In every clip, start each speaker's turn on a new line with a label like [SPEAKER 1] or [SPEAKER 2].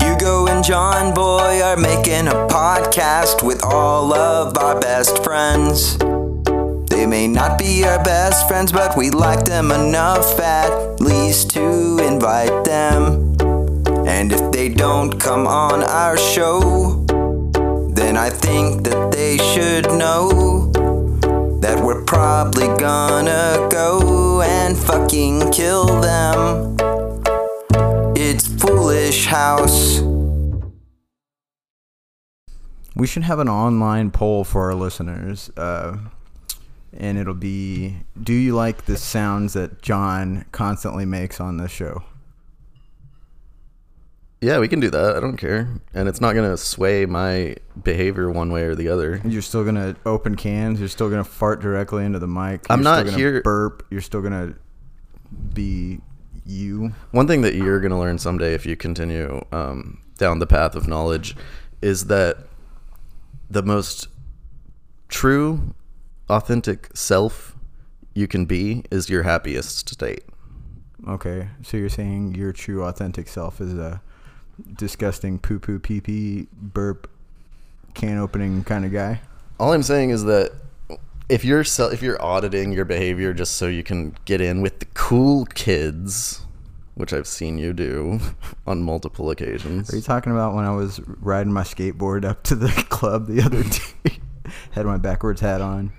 [SPEAKER 1] and John Boy are making a podcast with all of our best friends. They may not be our best friends, but we like them enough at least to invite them. And if they don't come on our show, then I think that they should know that we're probably gonna go and fucking kill them. It's Foolish House.
[SPEAKER 2] We should have an online poll for our listeners, uh, and it'll be: Do you like the sounds that John constantly makes on this show?
[SPEAKER 3] Yeah, we can do that. I don't care. And it's not going to sway my behavior one way or the other.
[SPEAKER 2] You're still gonna open cans. You're still gonna fart directly into the mic. you're
[SPEAKER 3] I'm
[SPEAKER 2] still
[SPEAKER 3] not
[SPEAKER 2] gonna
[SPEAKER 3] here-
[SPEAKER 2] Burp. You're still gonna be you.
[SPEAKER 3] One thing that you're going to learn someday if you continue um, down the path of knowledge is that the most true, authentic self you can be is your happiest state.
[SPEAKER 2] Okay, so you're saying your true authentic self is a disgusting poo poo pee pee burp can opening kind of guy.
[SPEAKER 3] All I'm saying is that if you're se- if you're auditing your behavior just so you can get in with the cool kids, which I've seen you do on multiple occasions.
[SPEAKER 2] Are you talking about when I was riding my skateboard up to the club the other day? Had my backwards hat on.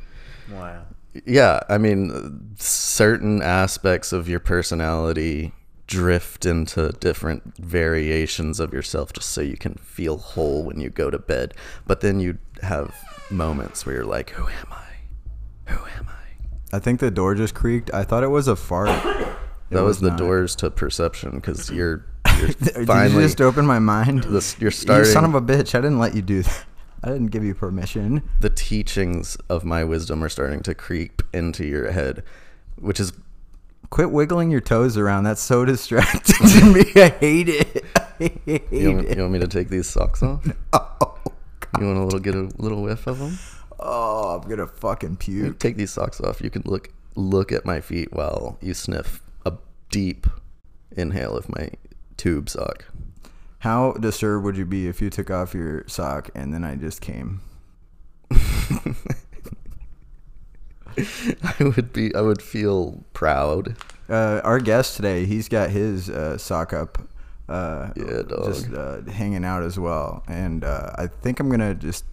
[SPEAKER 4] Wow.
[SPEAKER 3] yeah i mean certain aspects of your personality drift into different variations of yourself just so you can feel whole when you go to bed but then you have moments where you're like who am i who am
[SPEAKER 2] I
[SPEAKER 3] i
[SPEAKER 2] think the door just creaked. I thought it was a fart. It
[SPEAKER 3] that was, the
[SPEAKER 2] not.
[SPEAKER 3] doors to perception because you're,
[SPEAKER 2] Did
[SPEAKER 3] you're finally
[SPEAKER 2] you just open my mind?
[SPEAKER 3] this, you're
[SPEAKER 2] You
[SPEAKER 3] starting
[SPEAKER 2] son of a bitch! I didn't let you do that. I didn't give you permission.
[SPEAKER 3] the teachings of my wisdom are starting to creep into your head which is
[SPEAKER 2] Quit wiggling your toes around. That's so distracting to me. I hate it. I hate
[SPEAKER 3] you want,
[SPEAKER 2] it.
[SPEAKER 3] you want me to take these socks off
[SPEAKER 2] Oh,
[SPEAKER 3] you want a little get a little whiff of them
[SPEAKER 2] oh, I'm gonna fucking
[SPEAKER 3] You
[SPEAKER 2] puke.
[SPEAKER 3] take these socks off. You can look look at my feet while you sniff a deep inhale of my tube sock.
[SPEAKER 2] How disturbed would you be if you took off your sock and then I just came?
[SPEAKER 3] I would be. I would feel proud.
[SPEAKER 2] Uh, our guest today, he's got his uh, sock up, uh,
[SPEAKER 3] Yeah, dog.
[SPEAKER 2] just uh, hanging out as well. And uh, I think I'm gonna just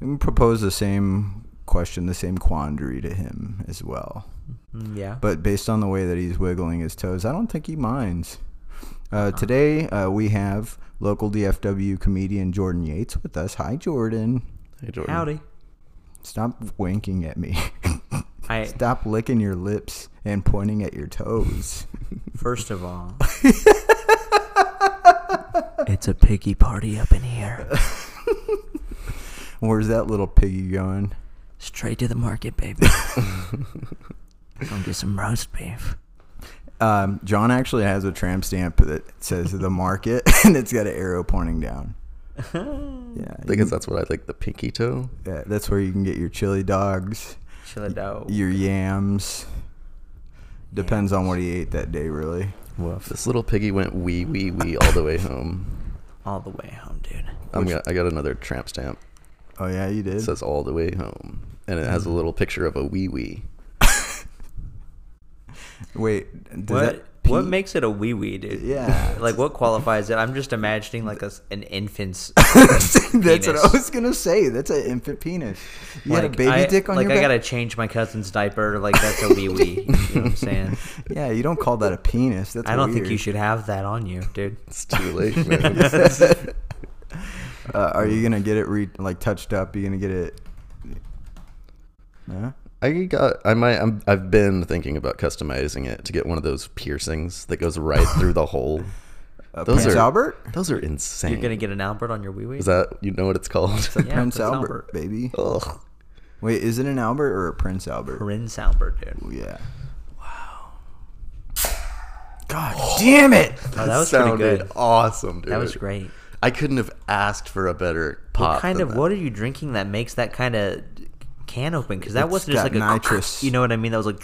[SPEAKER 2] I'm gonna propose the same question, the same quandary to him as well.
[SPEAKER 4] Mm, Yeah.
[SPEAKER 2] But based on the way that he's wiggling his toes, I don't think he minds. Uh,
[SPEAKER 3] Uh-huh.
[SPEAKER 2] today uh, we have local DFW comedian Jordan Yates with us. Hi, Jordan.
[SPEAKER 3] Hey Jordan.
[SPEAKER 4] Howdy.
[SPEAKER 2] Stop winking at me.
[SPEAKER 4] I
[SPEAKER 2] Stop licking your lips and pointing at your toes.
[SPEAKER 4] first of all, it's a piggy party up in here.
[SPEAKER 2] Where's that little piggy going?
[SPEAKER 4] Straight to the market, baby. Gonna get some roast beef.
[SPEAKER 2] Um, John actually has a tramp stamp that says the market, and it's got an arrow pointing down. Yeah,
[SPEAKER 3] I
[SPEAKER 2] you
[SPEAKER 3] guess that's what I like. The pinky toe.
[SPEAKER 2] can- yeah, that's where you can get your chili dogs,
[SPEAKER 4] Chill it out.
[SPEAKER 2] your yams. Depends on what he ate that day, really.
[SPEAKER 3] This little piggy went wee wee wee all the way home.
[SPEAKER 4] All the way home, dude.
[SPEAKER 2] Uh,
[SPEAKER 3] I'm gonna, I got another tramp stamp.
[SPEAKER 2] Oh yeah, you
[SPEAKER 3] It
[SPEAKER 2] did.
[SPEAKER 3] says all the way home, and it has a little picture of a wee wee.
[SPEAKER 2] Wait, does
[SPEAKER 4] What?
[SPEAKER 2] that
[SPEAKER 4] What
[SPEAKER 2] pee-
[SPEAKER 4] makes it a wee wee, dude?
[SPEAKER 2] Yeah.
[SPEAKER 4] Like, what qualifies it? I'm just imagining like a, s- an infant's.
[SPEAKER 2] That's what I
[SPEAKER 4] penis?
[SPEAKER 2] was gonna say. That's an infant penis. You had a
[SPEAKER 4] like,
[SPEAKER 2] baby
[SPEAKER 4] I,
[SPEAKER 2] dick on
[SPEAKER 4] like
[SPEAKER 2] your
[SPEAKER 4] I
[SPEAKER 2] back.
[SPEAKER 4] gotta change my cousin's diaper. Like that's a wee wee. you know what I'm saying?
[SPEAKER 2] Yeah, you don't call that a penis. That's
[SPEAKER 4] I don't think
[SPEAKER 2] weird.
[SPEAKER 4] you should have that on you, dude.
[SPEAKER 3] It's too late. man.
[SPEAKER 2] Uh, are you gonna get it re- like touched up? Are you gonna get it? Huh?
[SPEAKER 3] I got. I might. I'm, I've been thinking about customizing it to get one of those piercings that goes right through the hole.
[SPEAKER 2] Uh,
[SPEAKER 3] Those
[SPEAKER 2] Prince
[SPEAKER 3] are-
[SPEAKER 2] Albert?
[SPEAKER 3] Those are insane.
[SPEAKER 4] You're gonna get an Albert on your wee wee.
[SPEAKER 3] Is that you know what it's called?
[SPEAKER 4] Yeah,
[SPEAKER 2] Prince
[SPEAKER 4] Prince
[SPEAKER 2] Albert,
[SPEAKER 4] Albert.
[SPEAKER 2] baby.
[SPEAKER 3] Ugh.
[SPEAKER 4] Oh,
[SPEAKER 2] Wait, is it an Albert or a Prince Albert?
[SPEAKER 4] Prince Albert, dude?
[SPEAKER 2] Ooh, yeah. Wow. God damn it!
[SPEAKER 4] Oh, that was pretty
[SPEAKER 3] sounded
[SPEAKER 4] good.
[SPEAKER 3] awesome, dude.
[SPEAKER 4] That was great.
[SPEAKER 3] I couldn't have asked for a better pop.
[SPEAKER 4] What kind
[SPEAKER 3] than
[SPEAKER 4] of
[SPEAKER 3] that.
[SPEAKER 4] what are you drinking that makes that kind of can open? Because that
[SPEAKER 2] It's
[SPEAKER 4] wasn't
[SPEAKER 2] got
[SPEAKER 4] just like a
[SPEAKER 2] nitrous.
[SPEAKER 4] You know what I mean? That was like.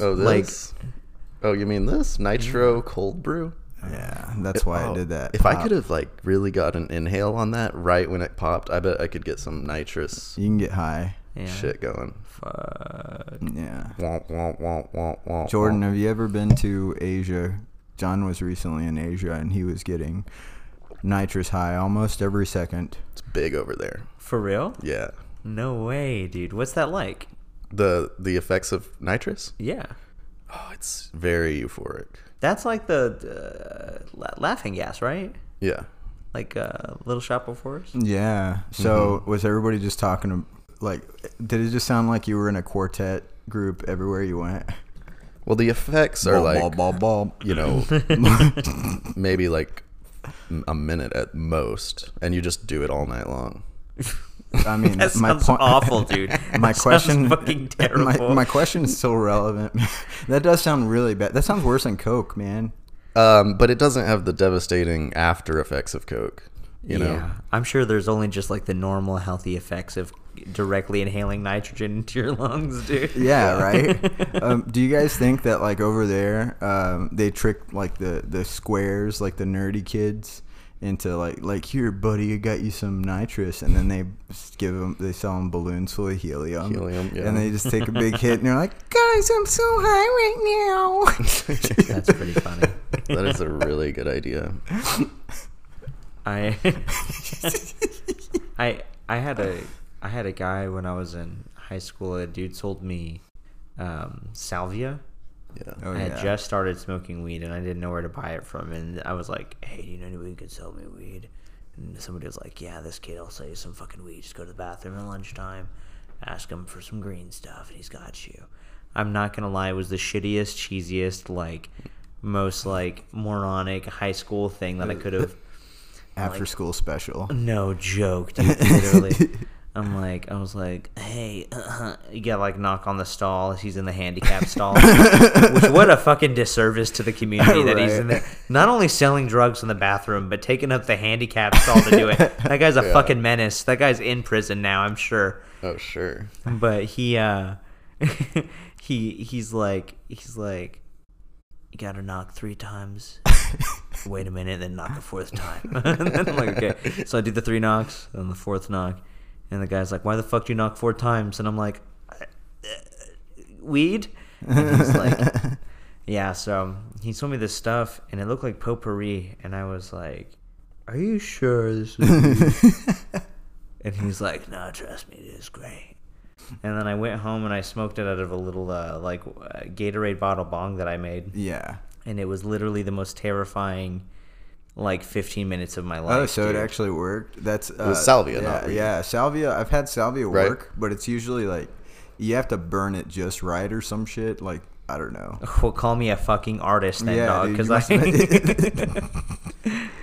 [SPEAKER 3] Oh,
[SPEAKER 4] like- Mm.
[SPEAKER 3] this. oh, you mean this nitro cold brew?
[SPEAKER 2] Yeah, that's why I
[SPEAKER 3] Oh,
[SPEAKER 2] did that.
[SPEAKER 3] If I
[SPEAKER 2] Pop.
[SPEAKER 3] could have like really got an inhale on that right when it popped, I bet I could get some nitrous
[SPEAKER 2] you can get high.
[SPEAKER 4] Yeah.
[SPEAKER 3] shit going.
[SPEAKER 4] Fuck.
[SPEAKER 2] Yeah.
[SPEAKER 3] Womp, womp, womp, womp, womp,
[SPEAKER 2] Jordan,
[SPEAKER 3] womp.
[SPEAKER 2] have you ever been to Asia? John was recently in Asia and he was getting nitrous high almost every second.
[SPEAKER 3] it's big over there.
[SPEAKER 4] For real?
[SPEAKER 3] Yeah,
[SPEAKER 4] No way, dude. What's that like?
[SPEAKER 3] the the effects of nitrous.
[SPEAKER 4] Yeah.
[SPEAKER 3] Oh, it's very euphoric.
[SPEAKER 4] That's like the uh, la- laughing gas, right?
[SPEAKER 3] Yeah,
[SPEAKER 4] Like uh, Little Shop of Horrors?
[SPEAKER 2] Mm, Yeah. So was everybody just talking to, like did it just sound like you were in a quartet group everywhere you went?
[SPEAKER 3] Well, the effects are like
[SPEAKER 2] ball, ball.
[SPEAKER 3] you know maybe like a minute at most, and you just do it all night long.
[SPEAKER 2] I mean,
[SPEAKER 4] That
[SPEAKER 2] my
[SPEAKER 4] sounds
[SPEAKER 2] point-
[SPEAKER 4] awful, dude.
[SPEAKER 2] my
[SPEAKER 4] That sounds
[SPEAKER 2] question
[SPEAKER 4] fucking terrible.
[SPEAKER 2] My, my question is still relevant. that does sound really bad. That sounds worse than coke, man.
[SPEAKER 3] Um, but it doesn't have the devastating after effects of coke. You know,
[SPEAKER 4] I'm sure there's only just like the normal healthy effects of directly inhaling nitrogen into your lungs, dude.
[SPEAKER 2] Yeah, right. um, do you guys think that like over there, um, they tricked like the the squares, like the nerdy kids, into like like here, buddy, I got you some nitrous, and then they s- give them, they sell them balloons full of helium,
[SPEAKER 3] Helium, yeah.
[SPEAKER 2] and they just take a big hit, and they're like, guys, I'm so high right now.
[SPEAKER 4] That's pretty funny.
[SPEAKER 3] that is a really good idea.
[SPEAKER 4] I I I had a I had a guy when I was in high school. A dude sold me um, salvia.
[SPEAKER 3] Yeah.
[SPEAKER 2] Oh,
[SPEAKER 4] I had
[SPEAKER 2] yeah.
[SPEAKER 4] just started smoking weed and I didn't know where to buy it from. And I was like, "Hey, do you know anybody who could sell me weed?" And somebody was like, "Yeah, this kid, I'll sell you some fucking weed. Just go to the bathroom at lunchtime, ask him for some green stuff, and he's got you." I'm not gonna lie, it was the shittiest, cheesiest, like most like moronic high school thing that I could have.
[SPEAKER 2] After school special.
[SPEAKER 4] No joke, dude. Literally. I'm like, I was like, hey, uh, you gotta like knock on the stall. He's in the handicap stall. Which, what a fucking disservice to the community that he's in
[SPEAKER 2] Right.
[SPEAKER 4] there. Not only selling drugs in the bathroom, but taking up the handicap stall to do it. That guy's a fucking menace. That guy's in prison now, I'm sure
[SPEAKER 3] Oh sure.
[SPEAKER 4] but he uh he he's like he's like you gotta knock three times wait a minute then knock a fourth time and then i'm like okay so i do the three knocks and the fourth knock and the guy's like why the fuck do you knock four times and i'm like uh, uh, weed and he's like yeah so he sold me this stuff and it looked like potpourri and i was like are you sure this is weed? And he's like, "No, trust me, it is great." And then I went home and I smoked it out of a little uh, like uh, Gatorade bottle bong that I made,
[SPEAKER 2] yeah.
[SPEAKER 4] and it was literally the most terrifying, like 15 minutes of my life.
[SPEAKER 2] Oh, so
[SPEAKER 4] dude.
[SPEAKER 2] it actually worked. That's uh,
[SPEAKER 3] was salvia,
[SPEAKER 2] yeah,
[SPEAKER 3] not weed.
[SPEAKER 2] yeah, salvia. I've had salvia
[SPEAKER 3] Right.
[SPEAKER 2] work, but it's usually like you have to burn it just right or some shit. Like I don't know.
[SPEAKER 4] Well, call me a fucking artist then,
[SPEAKER 2] Yeah, dude,
[SPEAKER 4] dog, because
[SPEAKER 2] you
[SPEAKER 4] I.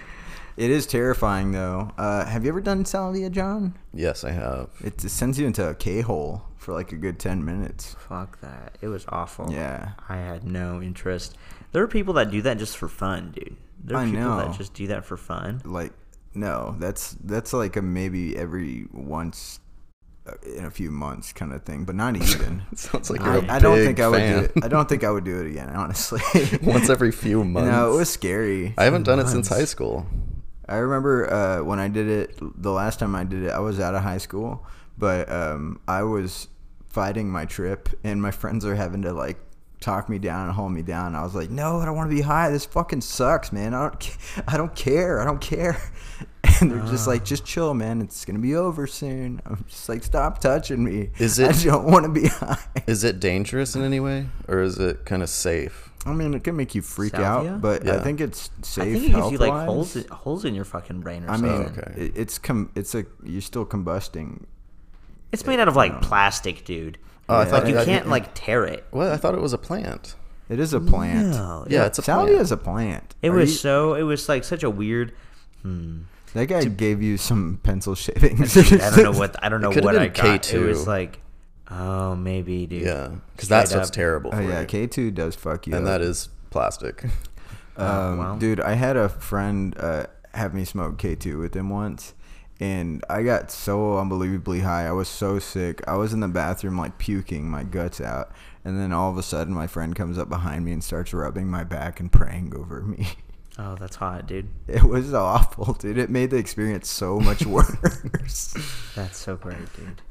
[SPEAKER 2] It is terrifying though. Uh, have you ever done salvia, John?
[SPEAKER 3] Yes, I have.
[SPEAKER 2] It just sends you into a K hole for like a good ten minutes.
[SPEAKER 4] Fuck that! It was awful.
[SPEAKER 2] Yeah.
[SPEAKER 4] I had no interest. There are people that do that just for fun, dude. There are
[SPEAKER 2] I
[SPEAKER 4] people
[SPEAKER 2] know.
[SPEAKER 4] that just do that for fun.
[SPEAKER 2] Like no, that's that's like a maybe every once uh, in a few months kind of thing, but not even.
[SPEAKER 3] Sounds like
[SPEAKER 2] I,
[SPEAKER 3] you're a
[SPEAKER 2] I don't
[SPEAKER 3] big
[SPEAKER 2] think I would. Do
[SPEAKER 3] fan.
[SPEAKER 2] it. I don't think I would do it again, honestly.
[SPEAKER 3] Once every few months.
[SPEAKER 2] No, it was scary.
[SPEAKER 3] I
[SPEAKER 2] I,
[SPEAKER 3] haven't done it since high school.
[SPEAKER 2] remember uh, when I did it the last time I did it. I was out of high school, but um, I was fighting my trip, and my friends are having to like talk me down and hold me down. I was like, "No, I don't want to be high. This fucking sucks, man. I don't, ca- I don't care. I don't care." And they're
[SPEAKER 3] Ah.
[SPEAKER 2] just like, "Just chill, man. It's gonna be over soon." I'm just like, "Stop touching me.
[SPEAKER 3] Is
[SPEAKER 2] I
[SPEAKER 3] it-
[SPEAKER 2] don't want to be high."
[SPEAKER 3] Is it dangerous in any way, or is it kind of safe?
[SPEAKER 2] I mean, it can make you freak
[SPEAKER 4] Salvia?
[SPEAKER 2] out, but I
[SPEAKER 3] Yeah.
[SPEAKER 2] think it's safe.
[SPEAKER 4] I think it gives you like
[SPEAKER 2] health-wise.
[SPEAKER 4] holes holes in your fucking brain or
[SPEAKER 2] I mean,
[SPEAKER 4] something.
[SPEAKER 3] okay.
[SPEAKER 2] it, it's com- it's a you're still combusting.
[SPEAKER 4] It's made out of like plastic, dude.
[SPEAKER 3] Oh, I
[SPEAKER 2] Um, Yeah.
[SPEAKER 3] thought
[SPEAKER 4] Like you
[SPEAKER 3] I-
[SPEAKER 4] can't like tear it.
[SPEAKER 3] Well, I thought it was a plant.
[SPEAKER 2] It is a plant.
[SPEAKER 4] No,
[SPEAKER 3] Yeah, it's a
[SPEAKER 2] Salvia
[SPEAKER 3] plant.
[SPEAKER 2] is a plant.
[SPEAKER 4] It
[SPEAKER 2] Are
[SPEAKER 4] was
[SPEAKER 2] you-
[SPEAKER 4] so. It was like such a weird. Hmm,
[SPEAKER 2] that guy gave you some pencil shavings.
[SPEAKER 4] I don't know what. I don't know
[SPEAKER 3] could've
[SPEAKER 4] what
[SPEAKER 3] been
[SPEAKER 4] I got. It
[SPEAKER 3] K2.
[SPEAKER 4] was like, oh, maybe, dude.
[SPEAKER 3] Yeah, because
[SPEAKER 4] Straight
[SPEAKER 3] that's what's
[SPEAKER 4] up.
[SPEAKER 3] terrible.
[SPEAKER 2] Oh
[SPEAKER 3] for
[SPEAKER 2] yeah,
[SPEAKER 3] you.
[SPEAKER 2] K two does fuck you.
[SPEAKER 3] and
[SPEAKER 2] up.
[SPEAKER 3] that is plastic.
[SPEAKER 2] Um,
[SPEAKER 4] wow.
[SPEAKER 2] Dude, I had a friend uh, have me smoke K2 with him once, and I got so unbelievably high. I was so sick. I was in the bathroom, like puking my guts out. And then all of a sudden, my friend comes up behind me and starts rubbing my back and praying over me.
[SPEAKER 4] Oh, that's hot, dude.
[SPEAKER 2] It was awful, dude. It made the experience so much worse.
[SPEAKER 4] That's so great, dude.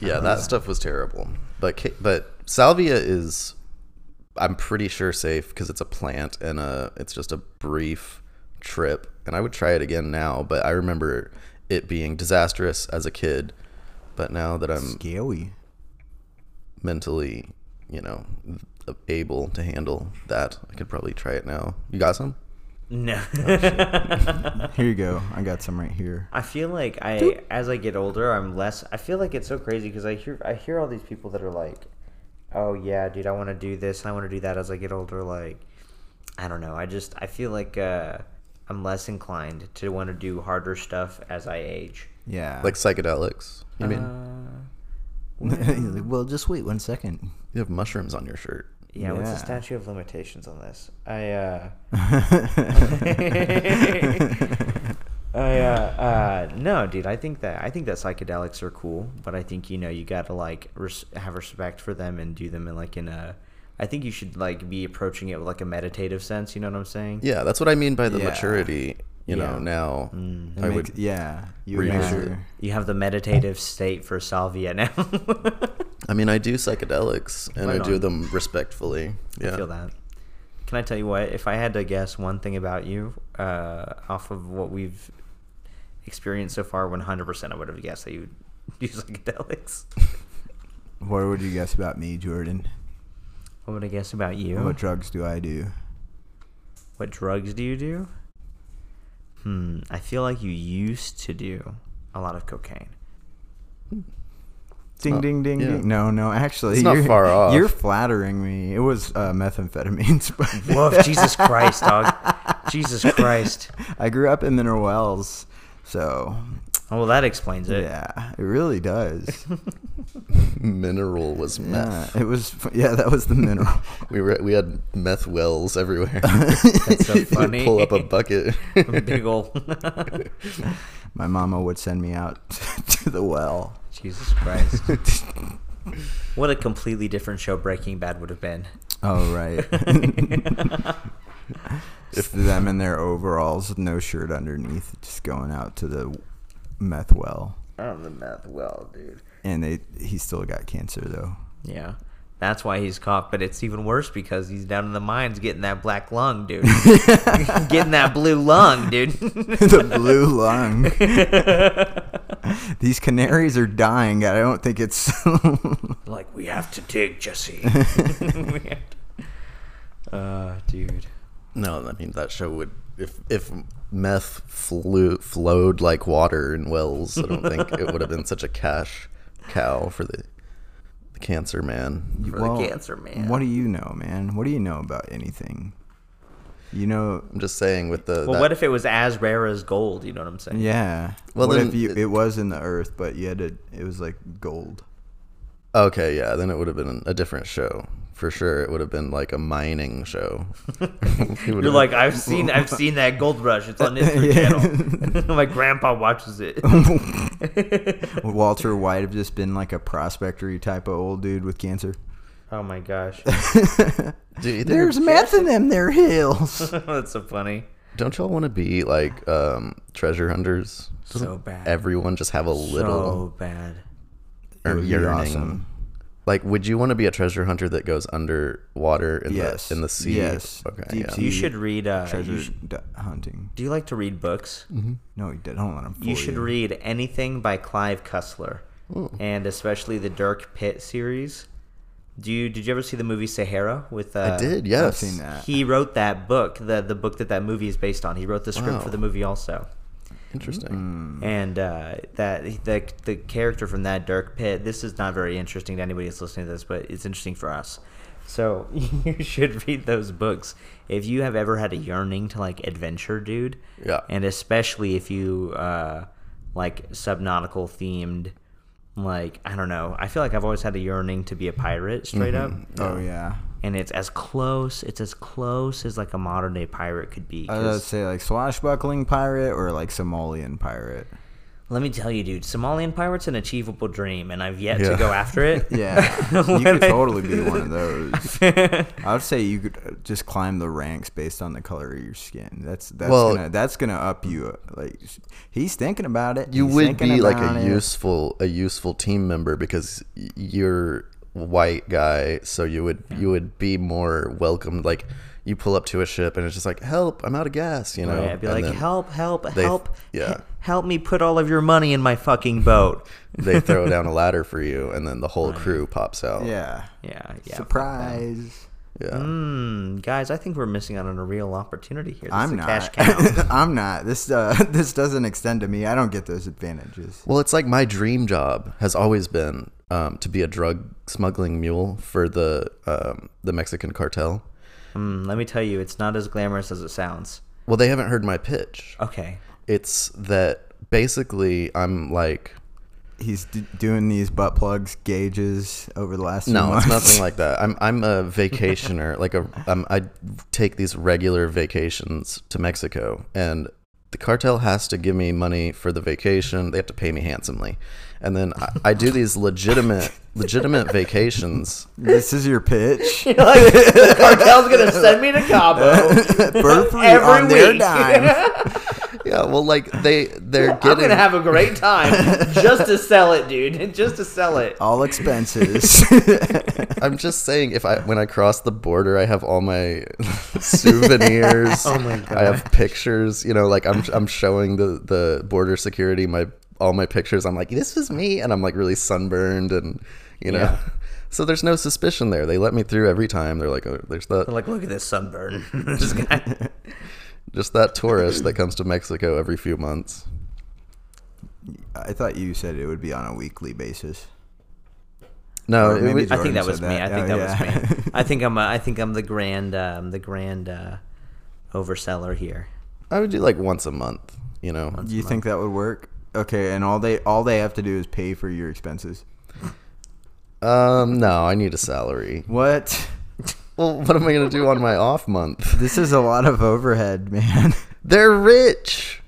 [SPEAKER 3] Yeah, that stuff was terrible. But ca- but salvia is, I'm pretty sure safe because it's a plant and a it's just a brief trip. And I would try it again now, but I remember it being disastrous as a kid. But now that I'm
[SPEAKER 2] Scary.
[SPEAKER 3] mentally, you know, able to handle that, I could probably try it now. You got some?
[SPEAKER 4] No.
[SPEAKER 2] Oh, Here you go. I got some right here.
[SPEAKER 4] I feel like I, as I get older, I'm less. I feel like it's so crazy because I hear, I hear all these people that are like, "Oh yeah, dude, I want to do this, I want to do that." As I get older, like, I don't know. I just, I feel like uh, I'm less inclined to want to do harder stuff as I age.
[SPEAKER 2] Yeah.
[SPEAKER 3] Like psychedelics? You mean
[SPEAKER 4] Uh,
[SPEAKER 2] Like, well, just wait one second.
[SPEAKER 3] you have mushrooms on your shirt?
[SPEAKER 4] Yeah, what's the
[SPEAKER 2] Yeah.
[SPEAKER 4] statute of limitations on this? I, uh, I, uh, uh, no, dude, I think that, I think that psychedelics are cool, but I think, you know, you gotta, like, res- have respect for them and do them in, like, in a, I think you should, like, be approaching it with, like, a meditative sense, you know what I'm saying?
[SPEAKER 3] Yeah, that's what I mean by the
[SPEAKER 2] Yeah.
[SPEAKER 3] maturity. You know,
[SPEAKER 2] Yeah.
[SPEAKER 3] now
[SPEAKER 2] It
[SPEAKER 4] Mm,
[SPEAKER 3] I
[SPEAKER 2] makes-
[SPEAKER 3] would.
[SPEAKER 2] yeah. You
[SPEAKER 3] reuse
[SPEAKER 4] Uh,
[SPEAKER 2] measure.
[SPEAKER 4] You have the meditative state for salvia now.
[SPEAKER 3] I mean, I do psychedelics and
[SPEAKER 4] Right
[SPEAKER 3] I do
[SPEAKER 4] on.
[SPEAKER 3] them respectfully. Yeah.
[SPEAKER 4] I feel that. Can I tell you what? If I had to guess one thing about you, uh, off of what we've experienced so far, one hundred percent, I would have guessed that you would use psychedelics.
[SPEAKER 2] What would you guess about me, Jordan?
[SPEAKER 4] what would I guess about you?
[SPEAKER 2] What drugs do I do?
[SPEAKER 4] what drugs do you do? Hmm. I feel like you used to do a lot of cocaine.
[SPEAKER 2] Ding,
[SPEAKER 3] not-
[SPEAKER 2] ding, ding,
[SPEAKER 3] yeah.
[SPEAKER 2] ding. No, no. Actually,
[SPEAKER 3] It's not
[SPEAKER 2] you're-
[SPEAKER 3] far off.
[SPEAKER 2] You're flattering me. It was uh, methamphetamines. But
[SPEAKER 4] Woof! Jesus Christ, dog! Jesus Christ!
[SPEAKER 2] I grew up in Mineral Wells, so
[SPEAKER 4] Oh, well, that explains it.
[SPEAKER 2] yeah, it really does.
[SPEAKER 3] Mineral was
[SPEAKER 2] yeah,
[SPEAKER 3] meth.
[SPEAKER 2] it was. Yeah, that was the mineral.
[SPEAKER 3] We were we had meth wells everywhere.
[SPEAKER 4] That's so
[SPEAKER 3] You'd
[SPEAKER 4] funny.
[SPEAKER 3] Pull up a bucket.
[SPEAKER 4] Big ol'.
[SPEAKER 2] My mama would send me out to the well.
[SPEAKER 4] Jesus Christ. What a completely different show Breaking Bad would have been.
[SPEAKER 2] oh right. It's them in their overalls, with no shirt underneath, just going out to the meth well.
[SPEAKER 4] I'm the meth well, dude.
[SPEAKER 2] And they, he still got cancer though.
[SPEAKER 4] Yeah. That's why he's caught, but it's even worse because he's down in the mines getting that black lung, dude. getting that blue lung, dude.
[SPEAKER 2] the blue lung. These canaries are dying. I don't think it's.
[SPEAKER 4] like, we have to dig, Jesse. We have to- uh, dude.
[SPEAKER 3] no, I mean that show would if if meth flew flowed like water in wells. I don't think it would have been such a cash cow for the the cancer man.
[SPEAKER 4] For the cancer man.
[SPEAKER 2] What do you know, man? What do you know about anything? You know,
[SPEAKER 3] I'm just saying with the
[SPEAKER 4] Well,
[SPEAKER 3] that-
[SPEAKER 4] what if it was as rare as gold? You know what I'm saying?
[SPEAKER 2] yeah.
[SPEAKER 3] Well,
[SPEAKER 2] what
[SPEAKER 3] then
[SPEAKER 2] if you?
[SPEAKER 3] it-
[SPEAKER 2] It was in the earth, but you had to. It was like gold.
[SPEAKER 3] Okay, yeah, then it would have been a different show for sure. It would have been like a mining show.
[SPEAKER 4] You're like, I've seen, I've seen that gold rush. It's on History Channel. My grandpa watches it.
[SPEAKER 2] Walter White have just been like a prospectory type of old dude with cancer.
[SPEAKER 4] oh my gosh,
[SPEAKER 2] There's meth in them there hills.
[SPEAKER 4] that's so funny.
[SPEAKER 3] don't y'all want to be like um, treasure hunters? Doesn't
[SPEAKER 4] So bad.
[SPEAKER 3] Everyone just have a little
[SPEAKER 4] So bad.
[SPEAKER 3] er-
[SPEAKER 2] It would be
[SPEAKER 3] yearning.
[SPEAKER 2] awesome.
[SPEAKER 3] Like, would you want to be a treasure hunter that goes underwater in
[SPEAKER 2] Yes.
[SPEAKER 3] the in the sea?
[SPEAKER 2] Yes.
[SPEAKER 3] Okay.
[SPEAKER 2] Deep
[SPEAKER 3] yeah.
[SPEAKER 2] sea.
[SPEAKER 4] You should read. Uh,
[SPEAKER 2] Treasure
[SPEAKER 4] you sh-
[SPEAKER 2] d- hunting.
[SPEAKER 4] do you like to read books?
[SPEAKER 2] No, you did. Don't let him. Fool
[SPEAKER 4] You should read anything by Clive Cussler, and especially the Dirk Pitt series. Do you? Did you ever see the movie Sahara with? Uh,
[SPEAKER 3] I did. Yes.
[SPEAKER 2] I've seen that.
[SPEAKER 4] He wrote that book, the the book that that movie is based on. He wrote the script
[SPEAKER 3] Wow. Hmm.
[SPEAKER 4] for the movie also.
[SPEAKER 2] Mm-hmm.
[SPEAKER 3] Interesting.
[SPEAKER 4] and uh, that the the character from that Dirk Pitt. This is not very interesting to anybody that's listening to this, but it's interesting for us. So you should read those books if you have ever had a yearning to like adventure, dude.
[SPEAKER 3] Yeah.
[SPEAKER 4] And especially if you uh, like subnautical themed, like I don't know. I feel like I've always had a yearning to be a pirate, straight up.
[SPEAKER 3] Mm-hmm.
[SPEAKER 2] Oh yeah.
[SPEAKER 4] And it's as close. It's as close as like a modern day pirate could be.
[SPEAKER 2] I
[SPEAKER 4] 'cause-
[SPEAKER 2] would say like swashbuckling pirate or like Somalian pirate.
[SPEAKER 4] Let me tell you, dude, Somalian pirate's an achievable dream, and I've yet to
[SPEAKER 3] Yeah.
[SPEAKER 4] go after it.
[SPEAKER 2] Yeah, you
[SPEAKER 4] When
[SPEAKER 2] could
[SPEAKER 4] I-
[SPEAKER 2] totally be one of those. I would say you could uh, just climb the ranks based on the color of your skin. That's that's
[SPEAKER 3] Well-
[SPEAKER 2] gonna that's gonna up you. uh, Like he's thinking about it.
[SPEAKER 3] you
[SPEAKER 2] He's
[SPEAKER 3] would
[SPEAKER 2] thinking
[SPEAKER 3] be like a
[SPEAKER 2] about it.
[SPEAKER 3] useful a useful team member because y- you're a white guy so you would you would be more welcomed like you pull up to a ship and it's just like help i'm out of gas
[SPEAKER 2] Oh,
[SPEAKER 3] you know
[SPEAKER 4] Right, I'd be
[SPEAKER 3] and
[SPEAKER 4] like,
[SPEAKER 3] then
[SPEAKER 4] help, help,
[SPEAKER 3] they-
[SPEAKER 4] help.
[SPEAKER 3] yeah.
[SPEAKER 4] he- help me put all of your money in my fucking boat.
[SPEAKER 3] they throw down a ladder for you and then the whole crew pops out
[SPEAKER 2] Yeah. Mm-hmm.
[SPEAKER 4] Yeah, yeah.
[SPEAKER 2] Surprise.
[SPEAKER 3] yeah
[SPEAKER 4] Hmm, guys, I think we're missing out on a real opportunity here. This is
[SPEAKER 2] I'm
[SPEAKER 4] a
[SPEAKER 2] not.
[SPEAKER 4] Cash cow.
[SPEAKER 2] I'm not. This uh, this doesn't extend to me. I don't get those advantages.
[SPEAKER 3] Well, it's like my dream job has always been um, to be a drug smuggling mule for the um, the Mexican cartel.
[SPEAKER 4] Hmm, let me tell you, it's not as glamorous as it sounds.
[SPEAKER 3] Well, they haven't heard my pitch.
[SPEAKER 4] Okay.
[SPEAKER 3] It's that basically I'm like
[SPEAKER 2] He's d- doing these butt plugs gauges over the last. few
[SPEAKER 3] no, it's
[SPEAKER 2] months.
[SPEAKER 3] nothing like that. I'm I'm a vacationer. like a um, I take these regular vacations to Mexico, and the cartel has to give me money for the vacation. They have to pay me handsomely, and then I, I do these legitimate legitimate vacations.
[SPEAKER 2] This is your pitch.
[SPEAKER 4] Cartel's gonna send me to Cabo.
[SPEAKER 2] For free
[SPEAKER 4] Every
[SPEAKER 2] on their
[SPEAKER 4] week.
[SPEAKER 2] dime.
[SPEAKER 3] Yeah, well, like they they're getting.
[SPEAKER 4] a great time just to sell it, dude. Just to sell it.
[SPEAKER 2] All expenses.
[SPEAKER 3] I'm just saying, if I when I cross the border, I have all my souvenirs.
[SPEAKER 4] Oh my God.
[SPEAKER 3] I have pictures. You know, like I'm I'm showing the the border security my all my pictures. I'm like, this is me, and I'm like really sunburned, and you know,
[SPEAKER 4] Yeah.
[SPEAKER 3] so there's no suspicion there. They let me through every time. They're like, oh, there's that
[SPEAKER 4] Like, look at this sunburn. This guy-
[SPEAKER 3] just that tourist that comes to Mexico every few months.
[SPEAKER 2] I thought you said it would be on a weekly basis.
[SPEAKER 3] No,
[SPEAKER 2] Or
[SPEAKER 3] it
[SPEAKER 2] maybe
[SPEAKER 3] was,
[SPEAKER 4] I
[SPEAKER 2] Jordan
[SPEAKER 4] think that
[SPEAKER 2] said
[SPEAKER 4] was me.
[SPEAKER 2] that.
[SPEAKER 4] I think
[SPEAKER 2] Oh,
[SPEAKER 4] that was
[SPEAKER 2] yeah.
[SPEAKER 4] me. I think I'm. A, I think I'm the grand, um, the grand uh, overseller here.
[SPEAKER 3] I would do like once a month. You know,
[SPEAKER 2] Do you think that would work? Okay, and all they all they have to do is pay for your expenses.
[SPEAKER 3] um, no, I need a salary.
[SPEAKER 2] What?
[SPEAKER 3] Well, what am I gonna do on my off month?
[SPEAKER 2] This is a lot of overhead, man.
[SPEAKER 3] They're rich.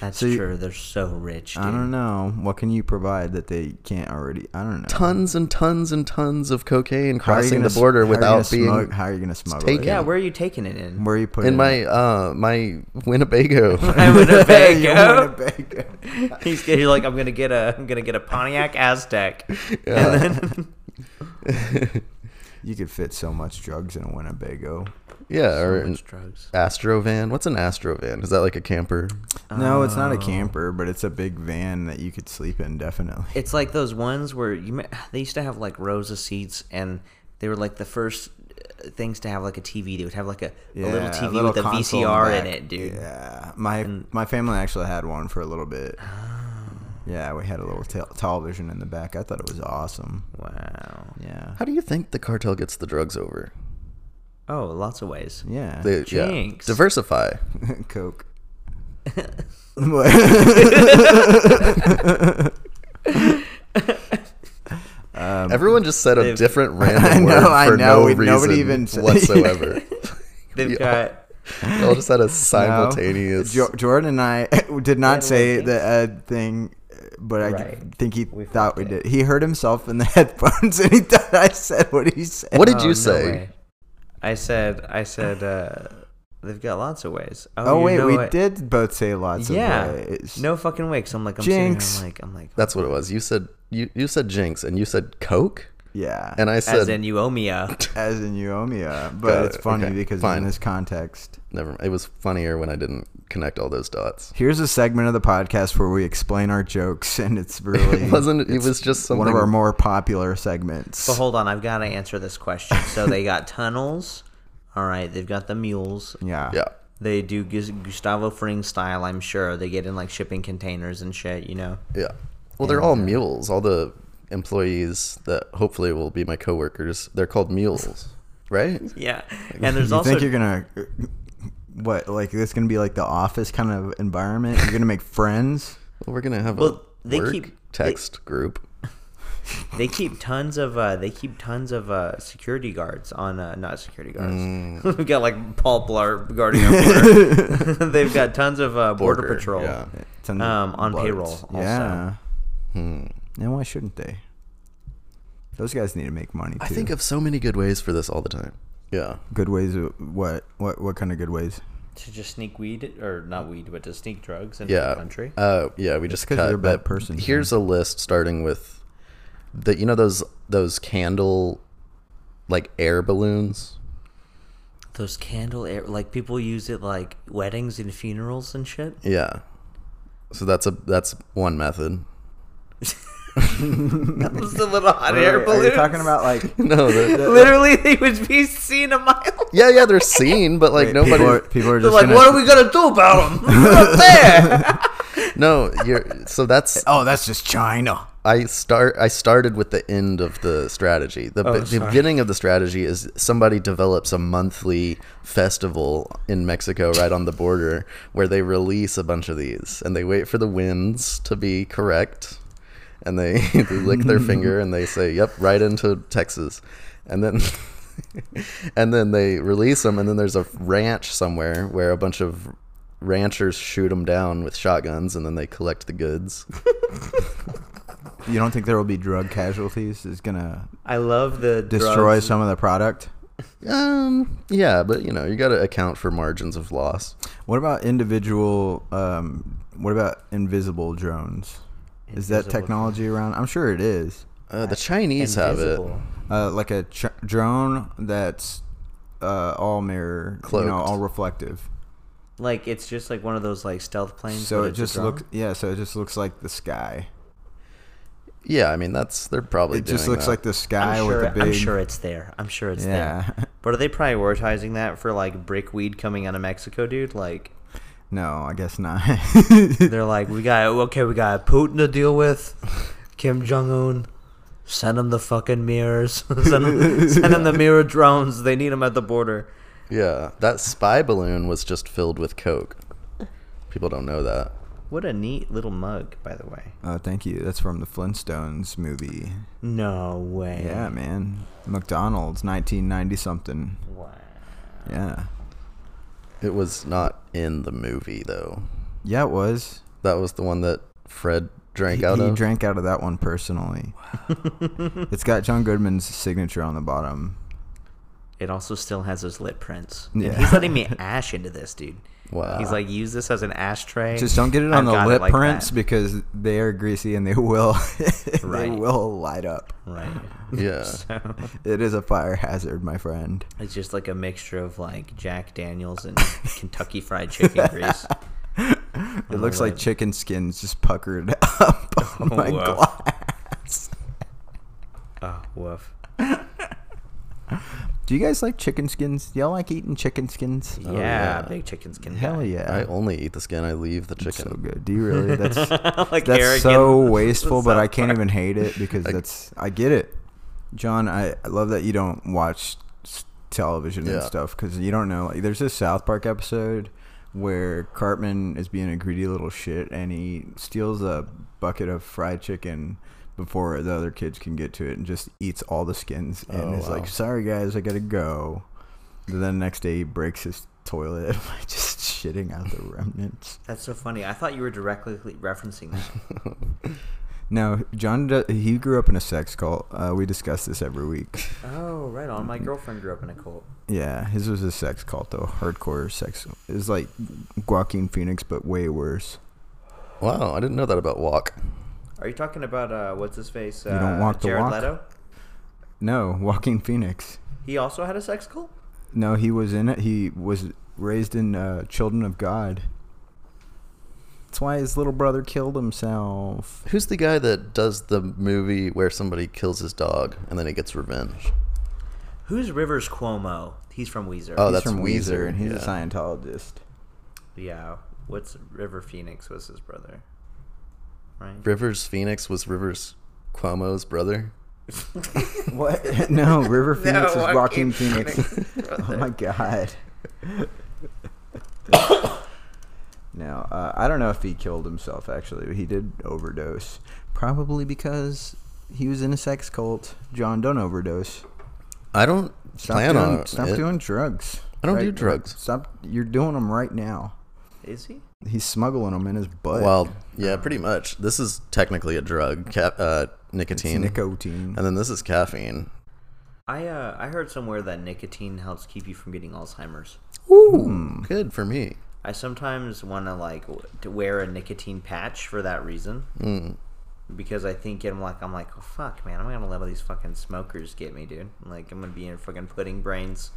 [SPEAKER 4] That's
[SPEAKER 2] you-
[SPEAKER 4] true. They're so rich. Dude.
[SPEAKER 2] I don't know. What can you provide that they can't already? I don't know.
[SPEAKER 3] Tons and tons and tons of cocaine
[SPEAKER 2] How are you
[SPEAKER 3] crossing
[SPEAKER 2] gonna s-
[SPEAKER 3] the border
[SPEAKER 2] how are you
[SPEAKER 3] without
[SPEAKER 2] gonna
[SPEAKER 3] being
[SPEAKER 2] smug- how are you going to smuggle?
[SPEAKER 3] taken.
[SPEAKER 2] It?
[SPEAKER 4] Yeah, where are you taking it in?
[SPEAKER 2] Where are you putting
[SPEAKER 3] in my uh my Winnebago.
[SPEAKER 4] I'm in a
[SPEAKER 2] it? You
[SPEAKER 4] bag.
[SPEAKER 2] Winnebago.
[SPEAKER 4] He's he's like, I'm gonna get a, I'm gonna get a Pontiac Aztec. And then,
[SPEAKER 2] You could fit so much drugs in a Winnebago.
[SPEAKER 3] yeah, or an
[SPEAKER 4] much drugs.
[SPEAKER 3] Astrovan. What's an Astrovan? Is that like a camper?
[SPEAKER 2] No, it's not a camper, but it's a big van that you could sleep in definitely.
[SPEAKER 4] It's like those ones where you ma- they used to have like rows of seats, and they were like the first uh, things to have like a TV. They would have like a, a little
[SPEAKER 2] Yeah,
[SPEAKER 4] TV
[SPEAKER 2] little
[SPEAKER 4] with a
[SPEAKER 2] console
[SPEAKER 4] VCR in
[SPEAKER 2] back.
[SPEAKER 4] it, dude.
[SPEAKER 2] Yeah, my my family actually had one for a little bit.
[SPEAKER 4] Ah.
[SPEAKER 2] Yeah, we had a little tel television in the back. I thought it was awesome.
[SPEAKER 4] Wow.
[SPEAKER 2] Yeah,
[SPEAKER 3] How do you think the cartel gets the drugs over?
[SPEAKER 4] Oh, lots of ways.
[SPEAKER 2] yeah,
[SPEAKER 3] They, yeah,
[SPEAKER 4] Jinx.
[SPEAKER 3] diversify.
[SPEAKER 2] Coke. um,
[SPEAKER 3] Everyone just said a
[SPEAKER 4] they've-
[SPEAKER 3] different
[SPEAKER 2] I
[SPEAKER 3] random
[SPEAKER 2] know,
[SPEAKER 3] word
[SPEAKER 2] I
[SPEAKER 3] for
[SPEAKER 2] know,
[SPEAKER 3] no
[SPEAKER 2] we-
[SPEAKER 3] reason
[SPEAKER 2] nobody even said-
[SPEAKER 3] whatsoever.
[SPEAKER 4] They've
[SPEAKER 3] Yeah.
[SPEAKER 4] got.
[SPEAKER 3] they all just had a
[SPEAKER 2] no.
[SPEAKER 3] simultaneous.
[SPEAKER 2] Jo- Jordan and I did not say
[SPEAKER 4] think-
[SPEAKER 2] the Ed thing, but I
[SPEAKER 4] Right.
[SPEAKER 2] think he
[SPEAKER 4] We
[SPEAKER 2] thought we
[SPEAKER 4] fucked it.
[SPEAKER 2] did. He heard himself in the headphones, and he thought I said what he said.
[SPEAKER 3] What did
[SPEAKER 4] Oh,
[SPEAKER 3] you
[SPEAKER 4] no
[SPEAKER 3] say?
[SPEAKER 4] way. I said. I said. uh They've got lots of ways.
[SPEAKER 2] Oh,
[SPEAKER 4] you
[SPEAKER 2] wait,
[SPEAKER 4] know
[SPEAKER 2] we
[SPEAKER 4] what?
[SPEAKER 2] did both say lots
[SPEAKER 4] Yeah.
[SPEAKER 2] of ways.
[SPEAKER 4] No fucking way. Cause I'm like, I'm sitting here,
[SPEAKER 2] Jinx.
[SPEAKER 4] I'm like, I'm like.
[SPEAKER 3] That's what it was. You said you, you said Jinx and you said Coke,
[SPEAKER 2] Yeah.
[SPEAKER 3] and I
[SPEAKER 4] As
[SPEAKER 3] said
[SPEAKER 4] in you owe me a.
[SPEAKER 2] as in Uomia,
[SPEAKER 3] Got
[SPEAKER 2] but it's
[SPEAKER 3] it.
[SPEAKER 2] funny
[SPEAKER 3] Okay,
[SPEAKER 2] because
[SPEAKER 3] fine.
[SPEAKER 2] in this context,
[SPEAKER 3] Never. mind. It was funnier when I didn't connect all those dots.
[SPEAKER 2] here's a segment of the podcast where we explain our jokes, and it's really
[SPEAKER 3] It wasn't. It
[SPEAKER 2] it's
[SPEAKER 3] was just something.
[SPEAKER 2] one of our more popular segments.
[SPEAKER 4] But hold on, I've got to answer this question. So they got tunnels. All right, they've got the mules.
[SPEAKER 2] yeah,
[SPEAKER 3] yeah.
[SPEAKER 4] They do Gus- Gustavo Fring style, I'm sure. They get in like shipping containers and shit, you know.
[SPEAKER 3] Yeah. Well, they're all mules. All the employees that hopefully will be my coworkers. They're called mules, right?
[SPEAKER 4] Yeah, and there's
[SPEAKER 2] you
[SPEAKER 4] also
[SPEAKER 2] think you're gonna what like this gonna be like the office kind of environment? You're gonna make friends.
[SPEAKER 3] Well, we're gonna have
[SPEAKER 4] Well,
[SPEAKER 3] a
[SPEAKER 4] they
[SPEAKER 3] work
[SPEAKER 4] keep- they-
[SPEAKER 3] text group.
[SPEAKER 4] they keep tons of uh, they keep tons of uh, security guards on uh, not security guards.
[SPEAKER 2] Mm.
[SPEAKER 4] We've got like Paul Blart guarding our border. They've got tons of uh, border,
[SPEAKER 3] Border,
[SPEAKER 4] patrol.
[SPEAKER 3] yeah.
[SPEAKER 2] It's in the
[SPEAKER 4] Um, on payroll
[SPEAKER 2] bloods.
[SPEAKER 4] also.
[SPEAKER 2] Yeah.
[SPEAKER 3] Hmm.
[SPEAKER 2] And why shouldn't they? Those guys need to make money too.
[SPEAKER 3] I think of so many good ways for this all the time. Yeah.
[SPEAKER 2] good ways. of- What what what kind of good ways?
[SPEAKER 4] To just sneak weed, or not weed, but to sneak drugs into
[SPEAKER 3] Yeah.
[SPEAKER 4] the country.
[SPEAKER 3] Uh, yeah, we just
[SPEAKER 2] 'cause
[SPEAKER 3] cut.
[SPEAKER 2] they're bad
[SPEAKER 3] but
[SPEAKER 2] persons,
[SPEAKER 3] Here's a list starting with the you know those those candle like air balloons.
[SPEAKER 4] Those candle air, like people use it like weddings and funerals and shit.
[SPEAKER 3] Yeah. So that's a that's one method.
[SPEAKER 4] That was the little hot
[SPEAKER 2] Wait,
[SPEAKER 4] air
[SPEAKER 2] wait,
[SPEAKER 4] balloons.
[SPEAKER 2] Are you talking about like
[SPEAKER 3] No. The,
[SPEAKER 4] Literally, they would be seen a mile.
[SPEAKER 3] yeah, yeah, they're seen, but like
[SPEAKER 2] wait,
[SPEAKER 3] nobody.
[SPEAKER 2] People are, people are
[SPEAKER 4] They're
[SPEAKER 2] just
[SPEAKER 4] like,
[SPEAKER 2] gonna-
[SPEAKER 4] what are we gonna do about them? up there.
[SPEAKER 3] No, you're. So that's
[SPEAKER 2] Oh, that's just China.
[SPEAKER 3] I start. I started with the end of the strategy. The,
[SPEAKER 4] Oh,
[SPEAKER 3] the
[SPEAKER 4] sorry.
[SPEAKER 3] beginning of the strategy is somebody develops a monthly festival in Mexico, right on the border, where they release a bunch of these, and they wait for the winds to be correct, and they, they lick their finger and they say, "Yep, right into Texas," and then. and then they release them, and then there's a ranch somewhere where a bunch of ranchers shoot them down with shotguns, and then they collect the goods.
[SPEAKER 2] You don't think there will be drug casualties? Is gonna
[SPEAKER 4] I love the
[SPEAKER 2] destroy
[SPEAKER 4] drugs.
[SPEAKER 2] some of the product.
[SPEAKER 3] Um, yeah, but you know, you got to account for margins of loss.
[SPEAKER 2] What about individual? Um, what about invisible drones? is that
[SPEAKER 4] Invisible
[SPEAKER 2] technology around? I'm sure it is.
[SPEAKER 3] Uh, the Chinese have it.
[SPEAKER 4] Invisible.
[SPEAKER 2] Uh, like a ch- drone that's uh, all mirror, you
[SPEAKER 3] Cloaked.
[SPEAKER 2] know, all reflective.
[SPEAKER 4] Like it's just like one of those like stealth planes.
[SPEAKER 2] So
[SPEAKER 4] but
[SPEAKER 2] it
[SPEAKER 4] it's a
[SPEAKER 2] just
[SPEAKER 4] drone.
[SPEAKER 2] looks, yeah. So it just looks like the sky.
[SPEAKER 3] Yeah, I mean that's they're probably.
[SPEAKER 2] it just
[SPEAKER 3] doing
[SPEAKER 2] looks
[SPEAKER 3] that.
[SPEAKER 2] like the sky
[SPEAKER 4] I'm sure,
[SPEAKER 2] E with a big.
[SPEAKER 4] I'm sure it's there. I'm sure it's
[SPEAKER 2] yeah.
[SPEAKER 4] there. But are they prioritizing that for like brick weed coming out of Mexico, dude? Like
[SPEAKER 2] no, I guess not.
[SPEAKER 4] they're like, we got okay, we got Putin to deal with, Kim Jong Un. Send them the fucking mirrors. send, them, the mirror drones. They need them at the border.
[SPEAKER 3] Yeah, that spy balloon was just filled with coke. People don't know that.
[SPEAKER 4] What a neat little mug, by the way.
[SPEAKER 2] oh, thank you. That's from the Flintstones movie.
[SPEAKER 4] No way.
[SPEAKER 2] Yeah, man. McDonald's, 1990 something.
[SPEAKER 4] Wow.
[SPEAKER 2] Yeah.
[SPEAKER 3] It was not in the movie though.
[SPEAKER 2] Yeah, it was.
[SPEAKER 3] That was the one that Fred drank
[SPEAKER 2] He,
[SPEAKER 3] out
[SPEAKER 2] he
[SPEAKER 3] of.
[SPEAKER 2] drank out of that one personally. it's got John Goodman's signature on the bottom.
[SPEAKER 4] It also still has those lip prints.
[SPEAKER 2] Yeah. Uh,
[SPEAKER 4] And he's letting me ash into this, dude.
[SPEAKER 3] Wow.
[SPEAKER 4] He's like, use this as an ashtray.
[SPEAKER 2] Just don't get it on
[SPEAKER 4] I've got
[SPEAKER 2] the lip
[SPEAKER 4] like
[SPEAKER 2] prints
[SPEAKER 4] that.
[SPEAKER 2] because they are greasy and they will they
[SPEAKER 4] Right.
[SPEAKER 2] will light up.
[SPEAKER 4] Right.
[SPEAKER 3] Yeah.
[SPEAKER 4] So
[SPEAKER 2] It is a fire hazard, my friend.
[SPEAKER 4] it's just like a mixture of like Jack Daniels and Kentucky Fried Chicken grease. Oh,
[SPEAKER 2] It
[SPEAKER 4] On
[SPEAKER 2] looks
[SPEAKER 4] the
[SPEAKER 2] like
[SPEAKER 4] lip.
[SPEAKER 2] chicken skins just puckered up on my
[SPEAKER 4] Oh, wow.
[SPEAKER 2] glass.
[SPEAKER 4] Oh, woof.
[SPEAKER 2] Do you guys like chicken skins? Do y'all like eating chicken skins? Oh,
[SPEAKER 4] Yeah,
[SPEAKER 3] yeah.
[SPEAKER 4] big chicken skin.
[SPEAKER 2] Hell
[SPEAKER 4] guy.
[SPEAKER 2] yeah.
[SPEAKER 3] I only eat the skin. I leave the
[SPEAKER 2] It's
[SPEAKER 3] chicken.
[SPEAKER 2] so good. Do you really? That's
[SPEAKER 4] like
[SPEAKER 2] that's
[SPEAKER 4] Eric
[SPEAKER 2] so
[SPEAKER 4] in-
[SPEAKER 2] wasteful, but I can't
[SPEAKER 4] South
[SPEAKER 2] even hate it because
[SPEAKER 3] I-
[SPEAKER 2] that's I get it. John, I, I love that you don't watch s- television and
[SPEAKER 3] Yeah.
[SPEAKER 2] stuff because you don't know. Like, there's this South Park episode where Cartman is being a greedy little shit and he steals a bucket of fried chicken before the other kids can get to it and just eats all the skins and
[SPEAKER 3] Oh,
[SPEAKER 2] is
[SPEAKER 3] wow.
[SPEAKER 2] like, "Sorry guys, I gotta go." Then the next day he breaks his toilet by just shitting out the remnants.
[SPEAKER 4] That's so funny. I thought you were directly referencing that.
[SPEAKER 2] No, John. do- He grew up in a sex cult. Uh, we discuss this every week.
[SPEAKER 4] oh, right on. My girlfriend grew up in a cult.
[SPEAKER 2] Yeah, his was a sex cult though, hardcore sex. It was like Joaquin Phoenix, but way worse.
[SPEAKER 3] Wow, I didn't know that about walk.
[SPEAKER 4] Are you talking about uh, what's his face? Uh,
[SPEAKER 2] You don't walk the
[SPEAKER 4] Jared
[SPEAKER 2] walk?
[SPEAKER 4] Leto.
[SPEAKER 2] No, Joaquin Phoenix.
[SPEAKER 4] He also had a sex cult.
[SPEAKER 2] No, he was in it. He was raised in uh, Children of God. That's why his little brother killed himself.
[SPEAKER 3] Who's the guy that does the movie where somebody kills his dog and then he gets revenge?
[SPEAKER 4] Who's Rivers Cuomo? He's from Weezer.
[SPEAKER 3] Oh,
[SPEAKER 2] he's
[SPEAKER 3] that's
[SPEAKER 2] from Weezer,
[SPEAKER 3] Weezer,
[SPEAKER 2] and he's a
[SPEAKER 3] yeah.
[SPEAKER 2] Scientologist.
[SPEAKER 4] yeah. What's River Phoenix was his brother, right?
[SPEAKER 3] Rivers Phoenix was Rivers Cuomo's brother.
[SPEAKER 2] What? no, River Phoenix is Joaquin
[SPEAKER 4] Joaquin
[SPEAKER 2] Phoenix.
[SPEAKER 4] Phoenix.
[SPEAKER 2] oh my god. no, uh, I don't know if he killed himself. Actually, he did overdose, probably because he was in a sex cult. John, don't overdose.
[SPEAKER 3] I don't
[SPEAKER 2] Stop
[SPEAKER 3] plan
[SPEAKER 2] doing,
[SPEAKER 3] on
[SPEAKER 2] stop
[SPEAKER 3] it.
[SPEAKER 2] doing drugs.
[SPEAKER 3] I don't do drugs.
[SPEAKER 2] Stop. You're doing them right now.
[SPEAKER 4] Is he?
[SPEAKER 2] He's smuggling them in his butt.
[SPEAKER 3] Well, yeah, pretty much. This is technically a drug, ca- uh,
[SPEAKER 2] Uh, It's
[SPEAKER 3] nicotine,
[SPEAKER 2] nicotine.
[SPEAKER 3] and then this is caffeine.
[SPEAKER 4] I uh, I heard somewhere that nicotine helps keep you from getting Alzheimer's.
[SPEAKER 2] Hmm.
[SPEAKER 3] Ooh, good for me.
[SPEAKER 4] I sometimes want to like w- to wear a nicotine patch for that reason. Mm.
[SPEAKER 3] Hmm.
[SPEAKER 4] Because I think I'm like I'm like oh, fuck man I'm gonna let all these fucking smokers get me dude like I'm gonna be in fucking pudding brains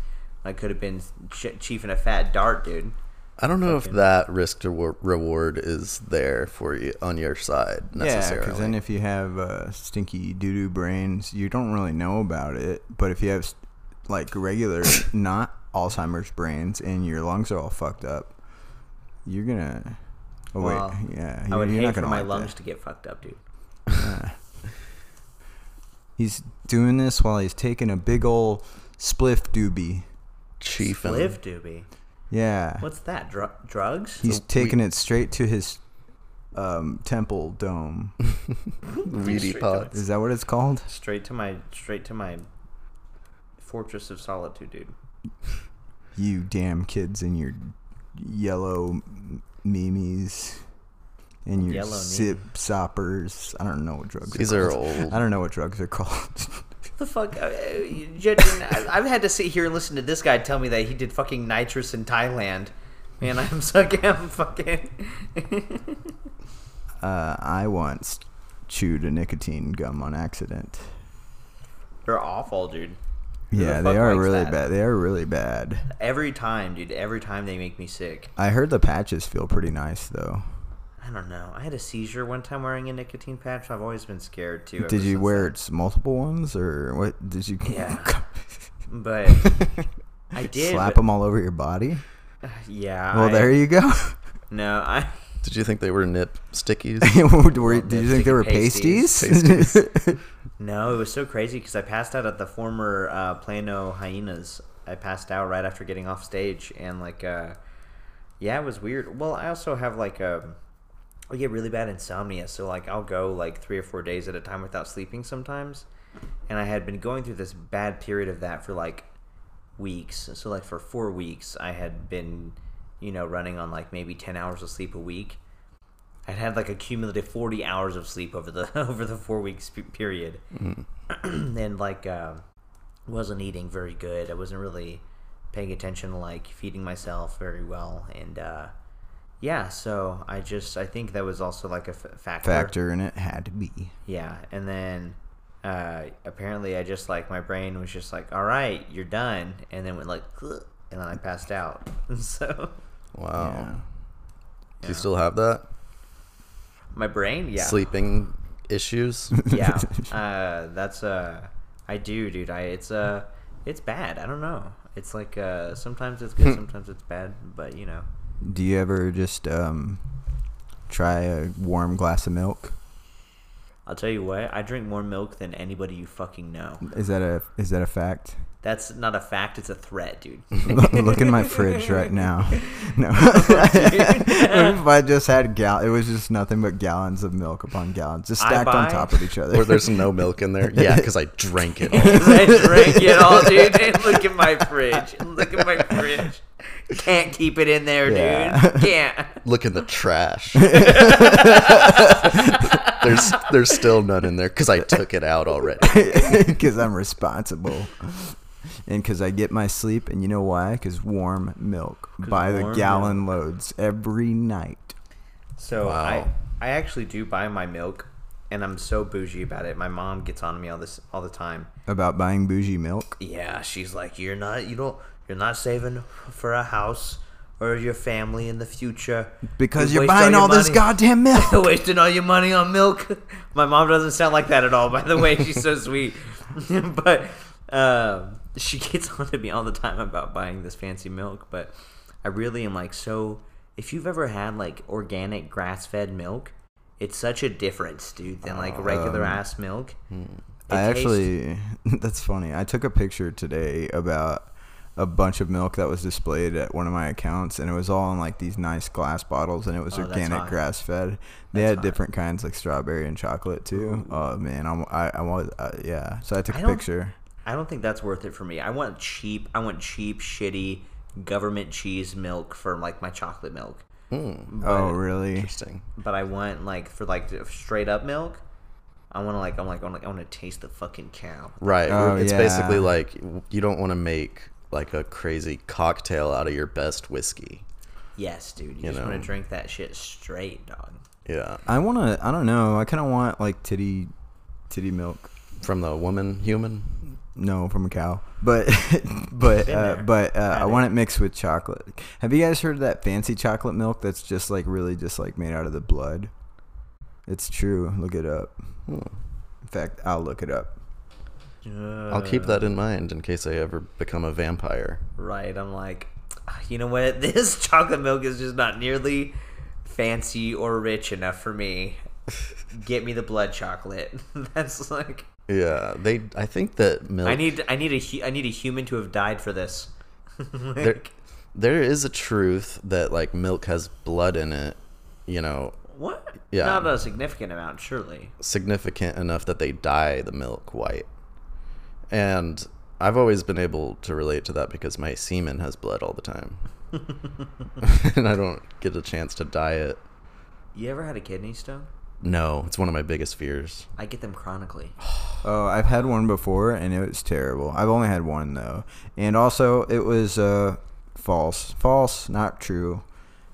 [SPEAKER 4] I could have been ch- chiefing a fat dart dude
[SPEAKER 3] I don't know if that risk to wa- reward is there for you on your side
[SPEAKER 2] yeah, because
[SPEAKER 3] necessarily.
[SPEAKER 2] then if you have uh, stinky doo doo brains, you don't really know about it. But if you have like regular, not Alzheimer's brains, and your lungs are all fucked up, you're gonna. Oh wait,
[SPEAKER 4] Well,
[SPEAKER 2] yeah,
[SPEAKER 4] I
[SPEAKER 2] you're,
[SPEAKER 4] would
[SPEAKER 2] you're
[SPEAKER 4] hate
[SPEAKER 2] not
[SPEAKER 4] for
[SPEAKER 2] gonna
[SPEAKER 4] my
[SPEAKER 2] like
[SPEAKER 4] lungs
[SPEAKER 2] that.
[SPEAKER 4] to get fucked up dude
[SPEAKER 2] He's doing this while he's taking a big ol' spliff doobie.
[SPEAKER 3] Chief
[SPEAKER 2] uh,
[SPEAKER 3] and
[SPEAKER 4] live doobie
[SPEAKER 2] Yeah,
[SPEAKER 4] what's that Dr- drugs
[SPEAKER 2] he's
[SPEAKER 3] So we-
[SPEAKER 2] taking it straight to his um, temple dome.
[SPEAKER 3] weedy
[SPEAKER 4] Straight to
[SPEAKER 3] pots.
[SPEAKER 2] Is that what it's called?
[SPEAKER 4] straight to my straight to my fortress of solitude dude
[SPEAKER 2] You damn kids in your yellow m- memes and your
[SPEAKER 4] Yellow
[SPEAKER 2] sip soppers. I don't know what drugs
[SPEAKER 3] These
[SPEAKER 2] are
[SPEAKER 3] are
[SPEAKER 2] called.
[SPEAKER 3] old.
[SPEAKER 2] I don't know what drugs are called.
[SPEAKER 4] the fuck, uh, uh, you- judging, I- I've had to sit here and listen to this guy tell me that he did fucking nitrous in Thailand. Man, I'm so I'm fucking.
[SPEAKER 2] uh, I once chewed a nicotine gum on accident.
[SPEAKER 4] They're awful, dude. Who the
[SPEAKER 2] Yeah,
[SPEAKER 4] fuck
[SPEAKER 2] they are
[SPEAKER 4] likes
[SPEAKER 2] really
[SPEAKER 4] that?
[SPEAKER 2] bad. They are really bad.
[SPEAKER 4] Every time, dude. Every time they make me sick.
[SPEAKER 2] I heard the patches feel pretty nice though.
[SPEAKER 4] I don't know. I had a seizure one time wearing a nicotine patch. I've always been scared too. ever
[SPEAKER 2] Did you
[SPEAKER 4] since
[SPEAKER 2] wear
[SPEAKER 4] then.
[SPEAKER 2] it's multiple ones or what? Did you?
[SPEAKER 4] Yeah. But I did.
[SPEAKER 2] Slap
[SPEAKER 4] but-
[SPEAKER 2] them all over your body.
[SPEAKER 4] Yeah.
[SPEAKER 2] Well,
[SPEAKER 4] I-
[SPEAKER 2] there you go.
[SPEAKER 4] No, I.
[SPEAKER 3] Did you think they were nip stickies?
[SPEAKER 2] Were- Did you
[SPEAKER 4] that's
[SPEAKER 2] think they
[SPEAKER 4] like
[SPEAKER 2] were
[SPEAKER 4] pasties.
[SPEAKER 2] pasties?
[SPEAKER 4] No, it was so crazy because I passed out at the former uh, Plano Hyenas. I passed out right after getting off stage, and like, uh, yeah, it was weird. Well, I also have like a, I get really bad insomnia, so like I'll go like three or four days at a time without sleeping sometimes, and I had been going through this bad period of that for like weeks. So like for four weeks, I had been, you know, running on like maybe ten hours of sleep a week. I'd had like a cumulative forty hours of sleep over the over the four weeks pe- period, and like uh, wasn't eating very good. I wasn't really paying attention, to, like feeding myself very well, and uh, yeah. So I just I think that was also like a f-
[SPEAKER 2] Factor in it had to be.
[SPEAKER 4] yeah, and then uh, apparently I just like my brain was just like, "All right, you're done," and then went like, "Ugh," and then I passed out. so
[SPEAKER 3] Wow.
[SPEAKER 4] Oh.
[SPEAKER 2] Yeah.
[SPEAKER 3] Do you still have that?
[SPEAKER 4] my brain, yeah,
[SPEAKER 3] Sleeping issues?
[SPEAKER 4] yeah, uh, that's uh, I do, dude. I it's uh, it's bad. I don't know. It's like uh, sometimes it's good, sometimes it's bad, but you know,
[SPEAKER 2] Do you ever just um, try a warm glass of milk?
[SPEAKER 4] I'll tell you what. I drink more milk than anybody you fucking know.
[SPEAKER 2] Is that a is that a fact?
[SPEAKER 4] That's not a fact. It's a threat, dude.
[SPEAKER 2] Look in my fridge right now. No, if I just had gal, it was just nothing but gallons of milk upon gallons, just
[SPEAKER 4] I
[SPEAKER 2] stacked on
[SPEAKER 4] buy-
[SPEAKER 2] top of each other.
[SPEAKER 3] or there's no milk in there? Yeah, because I drank it. All.
[SPEAKER 4] Because I drink it all, dude. And look at my fridge. Look at my fridge. Can't keep it in there,
[SPEAKER 2] Yeah.
[SPEAKER 4] dude. Can't.
[SPEAKER 3] Look in the trash. there's there's still none in there because I took it out already.
[SPEAKER 2] because I'm responsible. And because I get my sleep, and you know why? Because warm milk by the
[SPEAKER 4] warm
[SPEAKER 2] gallon loads every night.
[SPEAKER 4] So I,
[SPEAKER 3] Wow.
[SPEAKER 4] I actually do buy my milk, and I'm so bougie about it. My mom gets on me all this all the time.
[SPEAKER 2] About buying bougie milk.
[SPEAKER 4] Yeah, she's like, you're not, you don't, you're not saving for a house or your family in the future
[SPEAKER 2] Because you're
[SPEAKER 4] You waste
[SPEAKER 2] buying all,
[SPEAKER 4] your
[SPEAKER 2] this
[SPEAKER 4] money."
[SPEAKER 2] goddamn milk.
[SPEAKER 4] You're wasting all your money on milk. My mom doesn't sound like that at all, by the way. She's so sweet. but um she gets on to me all the time about buying this fancy milk. But I really am like, so if you've ever had like organic grass fed milk, it's such a difference, dude, than like regular ass milk. It
[SPEAKER 2] Um, hmm. I
[SPEAKER 4] tastes-
[SPEAKER 2] actually, that's funny. I took a picture today about a bunch of milk that was displayed at one of my accounts, and it was all in like these nice glass bottles, and it was
[SPEAKER 4] Oh, that's
[SPEAKER 2] organic
[SPEAKER 4] hot.
[SPEAKER 2] grass fed. They had different kinds like strawberry and chocolate too. Oh man, I'm, I I was uh, yeah. So I took
[SPEAKER 4] I
[SPEAKER 2] a
[SPEAKER 4] don't-
[SPEAKER 2] picture.
[SPEAKER 4] I don't think that's worth it for me. I want cheap. I want cheap, shitty government cheese milk for like my chocolate milk.
[SPEAKER 2] oh, really?
[SPEAKER 3] Interesting.
[SPEAKER 4] But I want like for like the straight up milk. I want to like I'm like I want to I want to taste the fucking cow.
[SPEAKER 3] Right.
[SPEAKER 2] Oh,
[SPEAKER 3] it's basically
[SPEAKER 2] yeah.
[SPEAKER 3] like you don't want to make like a crazy cocktail out of your best whiskey.
[SPEAKER 4] Yes, dude. You, just
[SPEAKER 3] know.
[SPEAKER 4] want to drink that shit straight, dog.
[SPEAKER 3] Yeah.
[SPEAKER 2] I want to. I don't know. I kind of want like titty, titty milk.
[SPEAKER 3] From the woman human.
[SPEAKER 2] No, from a cow. But but
[SPEAKER 4] Been
[SPEAKER 2] uh,
[SPEAKER 4] there.
[SPEAKER 2] but uh,
[SPEAKER 4] Had
[SPEAKER 2] I
[SPEAKER 4] it.
[SPEAKER 2] want it mixed with chocolate. Have you guys heard of that fancy chocolate milk that's just like really just like made out of the blood? It's true. Look it up. Hmm. In fact, I'll look it up.
[SPEAKER 3] I'll keep that in mind in case I ever become a vampire.
[SPEAKER 4] Right. I'm like, "Ah, you know what? This chocolate milk is just not nearly fancy or rich enough for me. Get me the blood chocolate. That's like
[SPEAKER 3] Yeah, they. I think that milk.
[SPEAKER 4] I need I need a hu- I need a human to have died for this.
[SPEAKER 3] there,
[SPEAKER 4] like,
[SPEAKER 3] there is a truth that like milk has blood in it. You know,
[SPEAKER 4] what?
[SPEAKER 3] Yeah.
[SPEAKER 4] Not a significant amount, surely.
[SPEAKER 3] significant enough that they dye the milk white. And I've always been able to relate to that because my semen has blood all the time. and I don't get a chance to dye it.
[SPEAKER 4] You ever had a kidney stone?
[SPEAKER 3] No, it's one of my biggest fears.
[SPEAKER 4] I get them chronically.
[SPEAKER 2] Oh, I've had one before and it was terrible. I've only had one though. And also it was uh false. False, not true.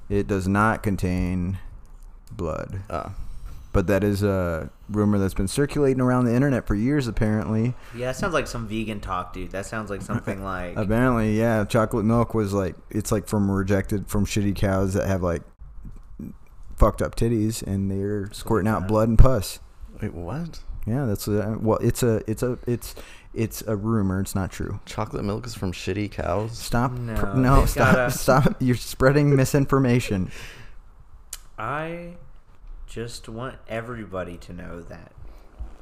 [SPEAKER 2] It does not contain blood.
[SPEAKER 3] Uh,
[SPEAKER 2] But that is a rumor that's been circulating around the internet for years apparently.
[SPEAKER 4] Yeah, that sounds like some vegan talk, dude. That sounds like something like
[SPEAKER 2] Apparently, yeah, chocolate milk was like it's like from rejected from shitty cows that have like fucked up titties and they're squirting out blood and pus.
[SPEAKER 3] wait, what?
[SPEAKER 2] Yeah, that's a, well, it's a it's a it's it's a rumor. It's not true.
[SPEAKER 3] Chocolate milk is from shitty cows?
[SPEAKER 2] Stop!
[SPEAKER 4] No,
[SPEAKER 2] No, no
[SPEAKER 4] they've
[SPEAKER 2] stop!
[SPEAKER 4] gotta-
[SPEAKER 2] Stop! You're spreading misinformation.
[SPEAKER 4] I just want everybody to know that.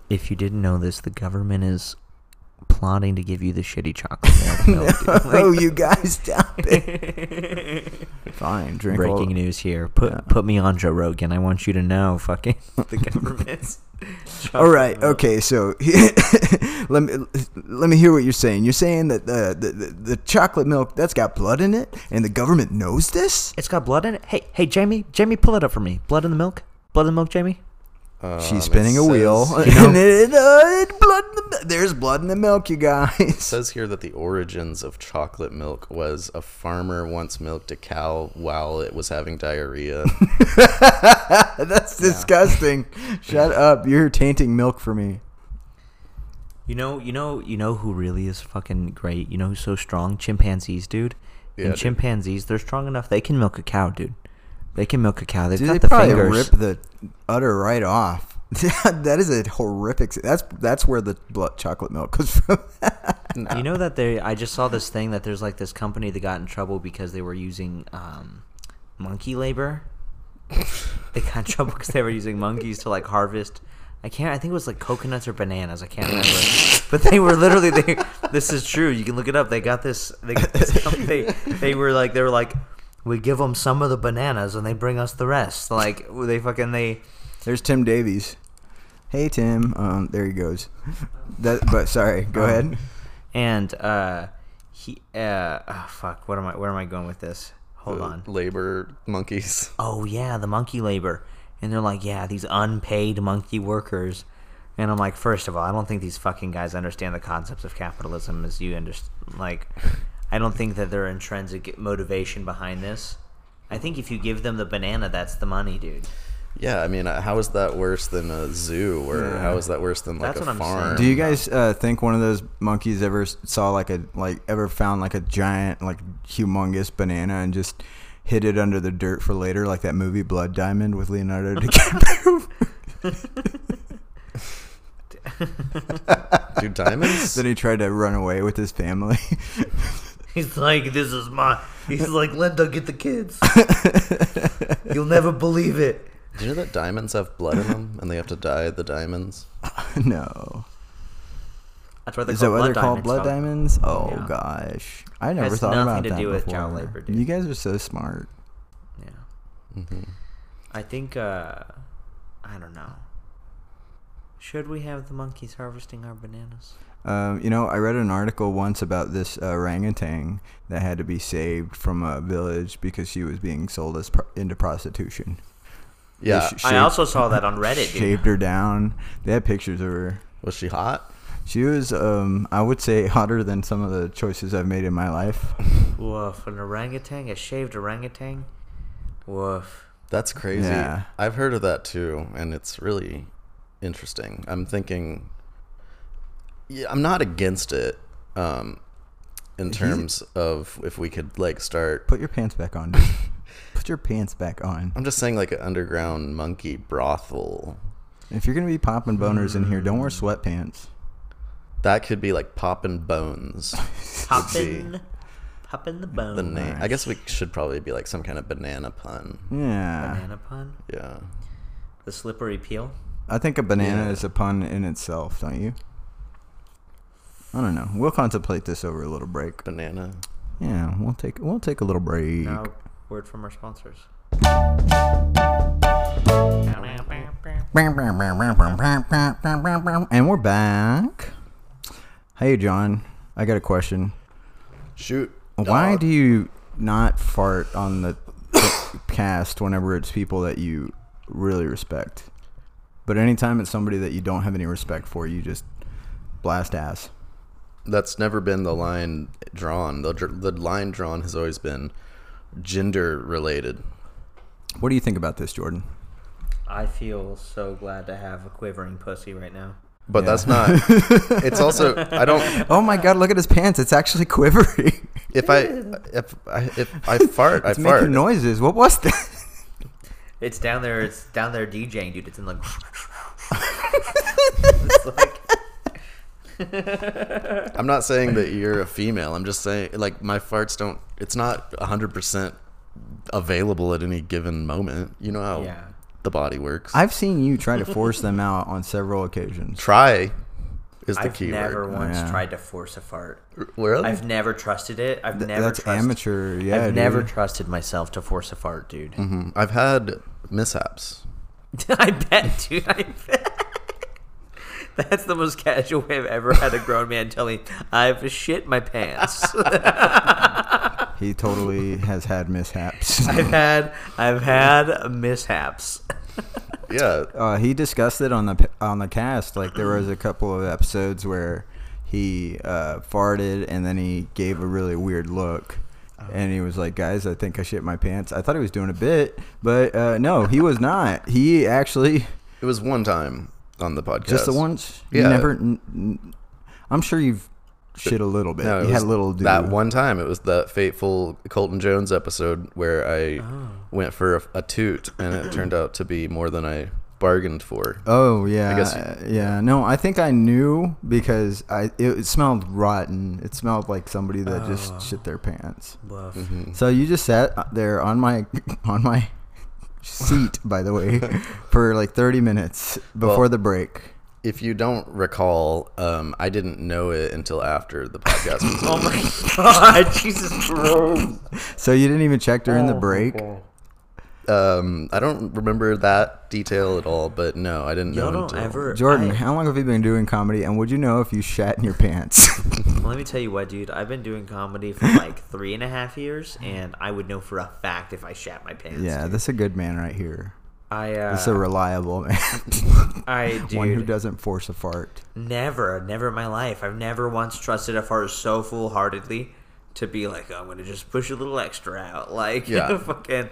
[SPEAKER 4] If you didn't know this, the government is plotting to give you the shitty chocolate milk. milk dude.
[SPEAKER 2] oh, you guys, stop it! Fine, drink. all-
[SPEAKER 4] Breaking news here. Put
[SPEAKER 2] Yeah.
[SPEAKER 4] put me on Joe Rogan. I want you to know, fucking the government's.
[SPEAKER 2] All right. Okay. So let me let me hear what you're saying. You're saying that the, the the the chocolate milk that's got blood in it, and the government knows this.
[SPEAKER 4] It's got blood in it. Hey, hey, Jamie, Jamie, pull it up for me. Blood in the milk. Blood in the milk, Jamie. Oh,
[SPEAKER 3] Um, it
[SPEAKER 2] She's spinning a wheel.
[SPEAKER 3] says-
[SPEAKER 2] and it, uh, it- blood in the, mi- there's blood in the milk, you guys.
[SPEAKER 3] says here that the origins of chocolate milk was a farmer once milked a cow while it was having diarrhea.
[SPEAKER 2] That's disgusting. Shut up. You're tainting milk for me.
[SPEAKER 4] You know, you know, you know who really is fucking great. You know who's so strong? Chimpanzees, dude.
[SPEAKER 3] Yeah,
[SPEAKER 4] and
[SPEAKER 3] dude.
[SPEAKER 4] chimpanzees, they're strong enough. They can milk a cow, dude. They can milk a cow. They've
[SPEAKER 2] Dude,
[SPEAKER 4] got
[SPEAKER 2] they
[SPEAKER 4] the
[SPEAKER 2] probably
[SPEAKER 4] fingers.
[SPEAKER 2] rip the udder right off. that is a horrific. s- That's that's where the blood chocolate milk comes from.
[SPEAKER 4] You know that they? I just saw this thing that there's like this company that got in trouble because they were using um, monkey labor. they got in trouble because they were using monkeys to like harvest. I can't. I think it was like coconuts or bananas. I can't remember. but they were literally. They, this is true. You can look it up. They got this. They got this. company- They, they were like. They were like. We give them some of the bananas and they bring us the rest. Like they fucking they.
[SPEAKER 2] There's Tim Davies. Hey Tim. Um, there he goes. That, but sorry. Go
[SPEAKER 4] Um,
[SPEAKER 2] ahead.
[SPEAKER 4] And uh, he. Uh, oh, fuck. What am I? Where am I going with this? Hold on.
[SPEAKER 3] Labor monkeys.
[SPEAKER 4] oh yeah, the monkey labor. And they're like, yeah, these unpaid monkey workers. And I'm like, first of all, I don't think these fucking guys understand the concepts of capitalism as you understand. Like, I don't think that their intrinsic motivation behind this. I think if you give them the banana, that's the money, dude.
[SPEAKER 3] Yeah, I mean, uh, how is that worse than a zoo, or how is that worse than like a
[SPEAKER 4] That's what I'm
[SPEAKER 3] farm?
[SPEAKER 4] saying.
[SPEAKER 2] Do you guys uh, think one of those monkeys ever s- saw like a like ever found like a giant like humongous banana and just hid it under the dirt for later, like that movie Blood Diamond with Leonardo DiCaprio?
[SPEAKER 3] Do diamonds?
[SPEAKER 2] then he tried to run away with his family.
[SPEAKER 4] He's like, this is my. He's like, Linda, get the kids. You'll never believe it.
[SPEAKER 3] Do you know that diamonds have blood in them, and they have to dye the diamonds?
[SPEAKER 2] no,
[SPEAKER 4] That's why they
[SPEAKER 2] is that
[SPEAKER 4] call
[SPEAKER 2] why
[SPEAKER 4] blood
[SPEAKER 2] they're called
[SPEAKER 4] diamonds.
[SPEAKER 2] blood
[SPEAKER 4] dog.
[SPEAKER 2] diamonds? Oh
[SPEAKER 4] Yeah.
[SPEAKER 2] gosh, I never
[SPEAKER 4] Has
[SPEAKER 2] thought
[SPEAKER 4] nothing
[SPEAKER 2] about
[SPEAKER 4] to
[SPEAKER 2] that
[SPEAKER 4] do with
[SPEAKER 2] before.
[SPEAKER 4] child labor, dude.
[SPEAKER 2] You guys are so smart.
[SPEAKER 4] Yeah.
[SPEAKER 3] Mm-hmm.
[SPEAKER 4] I think uh, I don't know. Should we have the monkeys harvesting our bananas?
[SPEAKER 2] Um, you know, I read an article once about this uh, orangutan that had to be saved from a village because she was being sold as pro- into prostitution. They
[SPEAKER 3] Yeah.
[SPEAKER 2] sh-
[SPEAKER 4] I also saw that on Reddit, dude.
[SPEAKER 2] shaved her down. They had pictures of her.
[SPEAKER 3] Was she hot?
[SPEAKER 2] She was, um, I would say, hotter than some of the choices I've made in my life.
[SPEAKER 4] Woof, an orangutan, a shaved orangutan. Woof.
[SPEAKER 3] That's crazy.
[SPEAKER 2] Yeah.
[SPEAKER 3] I've heard of that too, and it's really interesting. I'm thinking, yeah, I'm not against it. Um, in terms of if we could like start,
[SPEAKER 2] Put your pants back on. dude. Put your pants back on.
[SPEAKER 3] I'm just saying like an underground monkey brothel.
[SPEAKER 2] If you're gonna be popping boners in here, don't wear sweatpants.
[SPEAKER 3] That could be like poppin' bones. would be
[SPEAKER 4] Poppin', poppin' the bone.
[SPEAKER 3] the name. I guess we should probably be like some kind of banana pun.
[SPEAKER 2] Yeah,
[SPEAKER 4] Banana pun.
[SPEAKER 3] Yeah.
[SPEAKER 4] The slippery peel.
[SPEAKER 2] I think a banana
[SPEAKER 3] Yeah.
[SPEAKER 2] is a pun in itself, don't you? I don't know. We'll contemplate this over a little break.
[SPEAKER 3] Banana.
[SPEAKER 2] Yeah, we'll take we'll take a little break.
[SPEAKER 4] Now, word from our sponsors.
[SPEAKER 2] And we're back. Hey, John. I got a question.
[SPEAKER 3] Shoot.
[SPEAKER 2] Why
[SPEAKER 3] dog.
[SPEAKER 2] do you not fart on the cast whenever it's people that you really respect? But anytime it's somebody that you don't have any respect for, you just blast ass.
[SPEAKER 3] that's never been the line drawn. The, dr- the line drawn has always been gender related.
[SPEAKER 2] What do you think about this, Jordan?
[SPEAKER 4] I feel so glad to have a quivering pussy right now.
[SPEAKER 3] But
[SPEAKER 2] Yeah.
[SPEAKER 3] that's not. It's also I don't.
[SPEAKER 2] Oh my God! Look at his pants. It's actually quivering.
[SPEAKER 3] If I if I if I fart, I
[SPEAKER 2] it's
[SPEAKER 3] fart.
[SPEAKER 2] making noises. What was that?
[SPEAKER 4] It's down there. It's down there DJing, dude. It's in like. it's like
[SPEAKER 3] I'm not saying that you're a female. I'm just saying like my farts don't. It's not 100 percent available at any given moment. You know how
[SPEAKER 4] Yeah.
[SPEAKER 3] the body works.
[SPEAKER 2] I've seen you try to force them out on several occasions.
[SPEAKER 3] Try is the
[SPEAKER 4] I've
[SPEAKER 3] key
[SPEAKER 4] never
[SPEAKER 3] word.
[SPEAKER 4] once
[SPEAKER 2] yeah.
[SPEAKER 4] tried to force a fart.
[SPEAKER 3] Really?
[SPEAKER 4] I've never trusted it. I've never.
[SPEAKER 2] That's
[SPEAKER 4] trust-
[SPEAKER 2] amateur. Yeah,
[SPEAKER 4] I've
[SPEAKER 2] dude.
[SPEAKER 4] never trusted myself to force a fart, dude.
[SPEAKER 3] Mhm. I've had mishaps.
[SPEAKER 2] Mm-hmm.
[SPEAKER 4] I bet, dude. I bet. That's the most casual way I've ever had a grown man tell me I've shit my pants.
[SPEAKER 2] He totally has had mishaps.
[SPEAKER 4] I've had I've had mishaps.
[SPEAKER 3] Yeah.
[SPEAKER 2] uh, he discussed it on the p- on the cast. Like there was a couple of episodes where he uh, farted and then he gave a really weird look,
[SPEAKER 3] Oh.
[SPEAKER 2] and he was like, "Guys, I think I shit my pants." I thought he was doing a bit, but uh, no, he was not. He actually
[SPEAKER 3] It was one time on the podcast.
[SPEAKER 2] just the once. You
[SPEAKER 3] Yeah.
[SPEAKER 2] never. N- n- I'm sure you've shit a little bit.
[SPEAKER 3] No, it
[SPEAKER 2] you had
[SPEAKER 3] was
[SPEAKER 2] a little. Do.
[SPEAKER 3] that one time. It was that fateful Colton Jones episode where I
[SPEAKER 4] Oh.
[SPEAKER 3] went for a, a toot, and it turned out to be more than I bargained for.
[SPEAKER 2] Oh yeah,
[SPEAKER 3] guess-
[SPEAKER 2] uh, yeah. No, I think I knew because I it, it smelled rotten. It smelled like somebody that
[SPEAKER 3] Oh.
[SPEAKER 2] just shit their pants.
[SPEAKER 4] Woof.
[SPEAKER 3] Mm.
[SPEAKER 2] So you just sat there on my on my seat, by the way, for like thirty minutes before
[SPEAKER 3] Well-
[SPEAKER 2] the break.
[SPEAKER 3] If you don't recall, um, I didn't know it until after the podcast was over.
[SPEAKER 4] Oh my god, Jesus Christ.
[SPEAKER 2] So you didn't even check during the break.
[SPEAKER 3] Um, I don't remember that detail at all, but no, I didn't
[SPEAKER 4] Y'all
[SPEAKER 3] know
[SPEAKER 4] don't
[SPEAKER 3] until-
[SPEAKER 4] ever
[SPEAKER 2] Jordan,
[SPEAKER 4] I-
[SPEAKER 2] how long have you been doing comedy, and would you know if you shat in your pants?
[SPEAKER 4] Let me tell you what, dude. I've been doing comedy for like three and a half years, and I would know for a fact if I shat my pants.
[SPEAKER 2] yeah,
[SPEAKER 4] dude.
[SPEAKER 2] that's a good man right here.
[SPEAKER 4] I uh,
[SPEAKER 2] That's a reliable man.
[SPEAKER 4] I
[SPEAKER 2] One who
[SPEAKER 4] dude,
[SPEAKER 2] doesn't force a fart.
[SPEAKER 4] never, never in my life. I've never once trusted a fart so full heartedly to be like, I'm gonna just push a little extra out, like
[SPEAKER 3] Yeah.
[SPEAKER 4] fucking.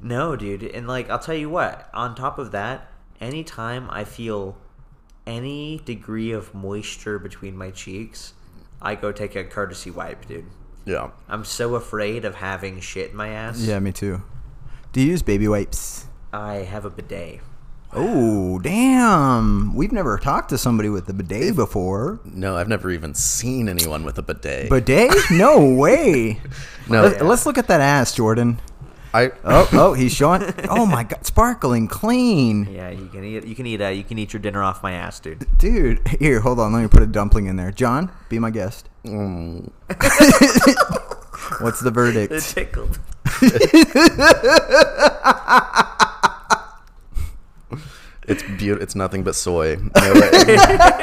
[SPEAKER 4] No, dude, and like I'll tell you what. On top of that, anytime I feel any degree of moisture between my cheeks, I go take a courtesy wipe, dude.
[SPEAKER 3] Yeah.
[SPEAKER 4] I'm so afraid of having shit in my ass.
[SPEAKER 2] Yeah, me too. Do you use baby wipes?
[SPEAKER 4] I have a bidet.
[SPEAKER 2] Oh, damn. We've never talked to somebody with a bidet before.
[SPEAKER 3] No, I've never even seen anyone with a bidet.
[SPEAKER 2] Bidet? No way.
[SPEAKER 3] no,
[SPEAKER 2] Let- Let's look at that ass, Jordan.
[SPEAKER 3] I.
[SPEAKER 2] Oh, oh, he's showing. Oh my God, sparkling clean,
[SPEAKER 4] Yeah, you can eat. You can eat. Uh, you can eat your dinner off my ass, dude.
[SPEAKER 2] dude. Here, hold on. Let me put a dumpling in there. John, be my guest.
[SPEAKER 3] Mm.
[SPEAKER 2] What's the verdict?
[SPEAKER 4] It tickled.
[SPEAKER 3] It's beautiful. It's nothing but soy. No,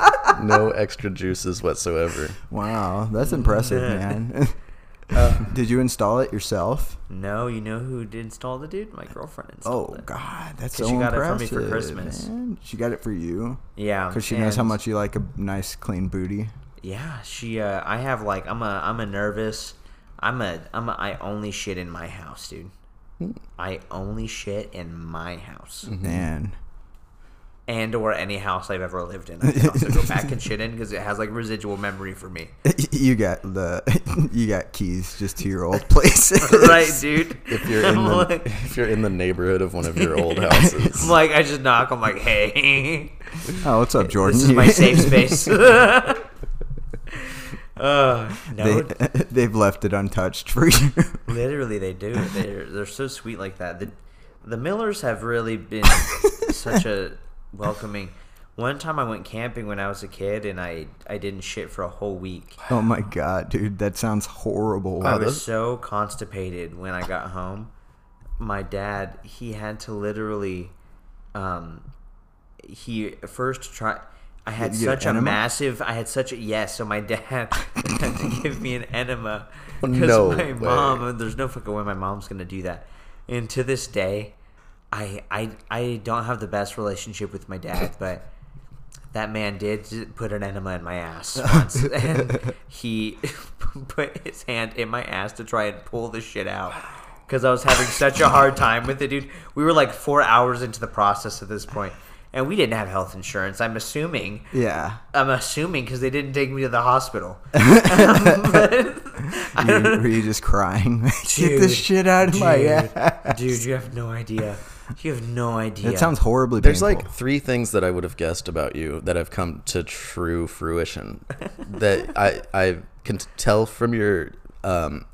[SPEAKER 3] no extra juices whatsoever.
[SPEAKER 2] Wow, that's impressive,
[SPEAKER 4] Yeah.
[SPEAKER 2] man. Did you install it yourself?
[SPEAKER 4] No, you know who did install the dude? My girlfriend installed
[SPEAKER 2] Oh
[SPEAKER 4] it.
[SPEAKER 2] God, that's
[SPEAKER 4] 'Cause
[SPEAKER 2] so
[SPEAKER 4] she got it for me
[SPEAKER 2] impressive.
[SPEAKER 4] for Christmas.
[SPEAKER 2] man. She got it for you
[SPEAKER 4] Yeah,
[SPEAKER 2] because she knows how
[SPEAKER 4] and-
[SPEAKER 2] much you like a nice clean booty.
[SPEAKER 4] Yeah, she. Uh, I have like I'm a I'm a nervous. I'm a I'm a, I only shit in my house, dude.
[SPEAKER 2] Hmm.
[SPEAKER 4] I only shit in my house
[SPEAKER 2] Mm-hmm. Man,
[SPEAKER 4] and or any house I've ever lived in. I can also go back and shit in because it has like residual memory for me.
[SPEAKER 2] you got the you got keys just to your old places,
[SPEAKER 4] right, dude.
[SPEAKER 3] If you're in
[SPEAKER 4] I'm
[SPEAKER 3] the
[SPEAKER 4] like,
[SPEAKER 3] if you're in the neighborhood of one of your old houses,
[SPEAKER 4] I'm like, I just knock. I'm like, hey,
[SPEAKER 2] Oh, what's up, Jordan?
[SPEAKER 4] this is my safe space. uh, no,
[SPEAKER 2] they, they've left it untouched for you.
[SPEAKER 4] Literally, they do. They're they're so sweet like that. The the Millers have really been such a welcoming. One time I went camping when I was a kid, and I I didn't shit for a whole week.
[SPEAKER 2] oh my god, dude, that sounds horrible.
[SPEAKER 4] I
[SPEAKER 3] Wow,
[SPEAKER 4] was
[SPEAKER 3] those-
[SPEAKER 4] so constipated when I got home. My dad, he had to literally, um, he first try. I had
[SPEAKER 2] Did you get
[SPEAKER 4] such a
[SPEAKER 2] enema?
[SPEAKER 4] massive. I had such a yes. So my dad had to give me an enema
[SPEAKER 3] Oh,
[SPEAKER 4] because
[SPEAKER 3] no
[SPEAKER 4] my
[SPEAKER 3] way.
[SPEAKER 4] mom. There's no fucking way my mom's gonna do that. And to this day, I I I don't have the best relationship with my dad, but that man did j- put an enema in my ass once, and he put his hand in my ass to try and pull the shit out because I was having such a hard time with it, dude. We were like four hours into the process at this point, and we didn't have health insurance. I'm assuming.
[SPEAKER 2] yeah,
[SPEAKER 4] I'm assuming because they didn't take me to the hospital.
[SPEAKER 2] you, were you just crying? Get
[SPEAKER 4] Dude,
[SPEAKER 2] this shit out of my
[SPEAKER 4] dude,
[SPEAKER 2] ass.
[SPEAKER 4] dude, you have no idea. You have no idea.
[SPEAKER 2] That sounds horribly.
[SPEAKER 3] There's
[SPEAKER 2] painful.
[SPEAKER 3] like three things that I would have guessed about you that have come to true fruition that I I can t- tell from your um,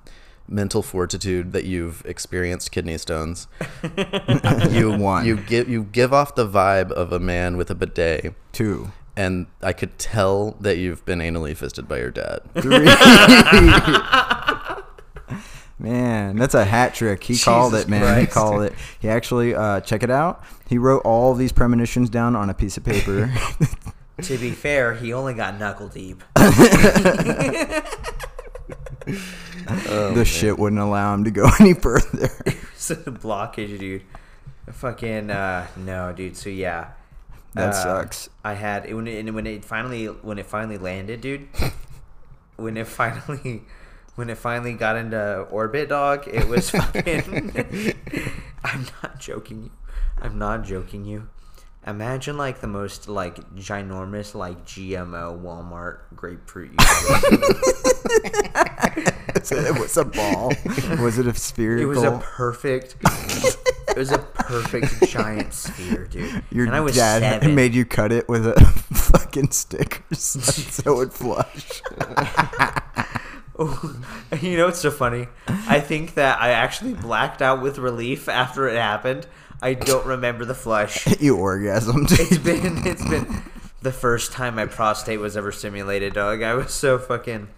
[SPEAKER 3] mental fortitude that you've experienced kidney stones. you
[SPEAKER 2] One.
[SPEAKER 3] You give you give off the vibe of a man with a bidet,
[SPEAKER 2] two,
[SPEAKER 3] and I could tell that you've been anally fisted by your dad.
[SPEAKER 2] three. Man, that's a hat trick. He called
[SPEAKER 4] Jesus
[SPEAKER 2] it, man. He
[SPEAKER 4] Christ.
[SPEAKER 2] called it. He actually, uh, check it out. He wrote all these premonitions down on a piece of paper.
[SPEAKER 4] to be fair, he only got knuckle deep. Oh,
[SPEAKER 2] the shit wouldn't allow him to go any further.
[SPEAKER 4] So the blockage, dude. Fucking uh, no, dude. So yeah,
[SPEAKER 2] That
[SPEAKER 4] Uh,
[SPEAKER 2] sucks.
[SPEAKER 4] I had it when it, and when it finally when it finally landed, dude. when it finally when it finally got into orbit, dog, it was fucking. I'm not joking you. I'm not joking you. Imagine like the most like ginormous like GMO Walmart grapefruit. You could
[SPEAKER 2] So it was a ball. Was it a spherical?
[SPEAKER 4] It was a perfect. it was a perfect giant sphere, dude.
[SPEAKER 2] Your
[SPEAKER 4] and I was
[SPEAKER 2] dad
[SPEAKER 4] seven.
[SPEAKER 2] made you cut it with a fucking stick or something so it would flush.
[SPEAKER 4] Oh, you know, it's so funny. I think that I actually blacked out with relief after it happened. I don't remember the flush.
[SPEAKER 2] you orgasmed.
[SPEAKER 4] It's been. It's been the first time my prostate was ever stimulated, dog. I was so fucking.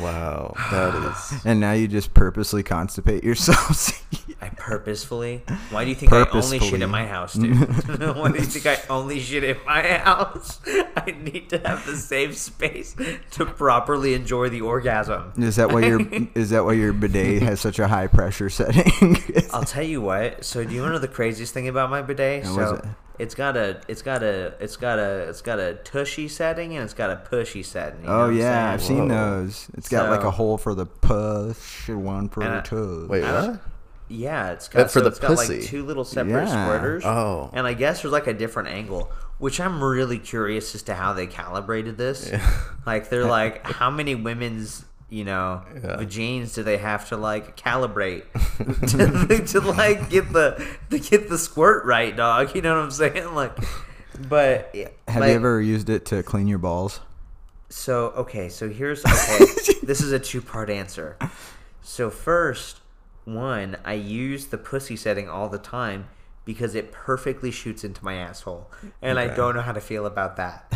[SPEAKER 3] Wow, that is
[SPEAKER 2] and now you just purposely constipate yourself. so you-
[SPEAKER 4] I purposefully. Why do you think I only shit
[SPEAKER 2] Purposefully.
[SPEAKER 4] in my house, dude? Why do you think I only shit in my house? I need to have the safe space to properly enjoy the orgasm.
[SPEAKER 2] is that why your is that why your bidet has such a high pressure setting?
[SPEAKER 4] I'll tell you what. So, do you want to know the craziest thing about my bidet?
[SPEAKER 2] Now,
[SPEAKER 4] So,
[SPEAKER 2] what is it?
[SPEAKER 4] has got a, it's got a, it's got a, it's got a tushy setting and it's got a pushy setting. you know
[SPEAKER 2] oh
[SPEAKER 4] what I'm
[SPEAKER 2] yeah,
[SPEAKER 4] saying?
[SPEAKER 2] I've seen
[SPEAKER 3] Whoa.
[SPEAKER 2] those. It's got like
[SPEAKER 4] So-
[SPEAKER 2] a hole for the push and one for
[SPEAKER 4] And I-
[SPEAKER 2] the tub.
[SPEAKER 3] wait what?
[SPEAKER 4] Yeah, it's
[SPEAKER 3] But
[SPEAKER 4] got
[SPEAKER 3] for
[SPEAKER 4] so
[SPEAKER 3] the
[SPEAKER 4] it's got like
[SPEAKER 3] pussy.
[SPEAKER 4] two little separate
[SPEAKER 2] Yeah.
[SPEAKER 4] squirters.
[SPEAKER 3] Oh.
[SPEAKER 4] and I guess there's like a different angle, which I'm really curious as to how they calibrated this. Like they're like, how many women's you know
[SPEAKER 3] Yeah.
[SPEAKER 4] vaginas do they have to like calibrate to, to like get the to get the squirt right, dog? You know what I'm saying? Like, but
[SPEAKER 2] Have
[SPEAKER 4] like,
[SPEAKER 2] you ever used it to clean your balls?
[SPEAKER 4] so okay, so here's okay. this is a two part answer. So first, one, I use the pussy setting all the time because it perfectly shoots into my asshole, and I don't know how to feel about that.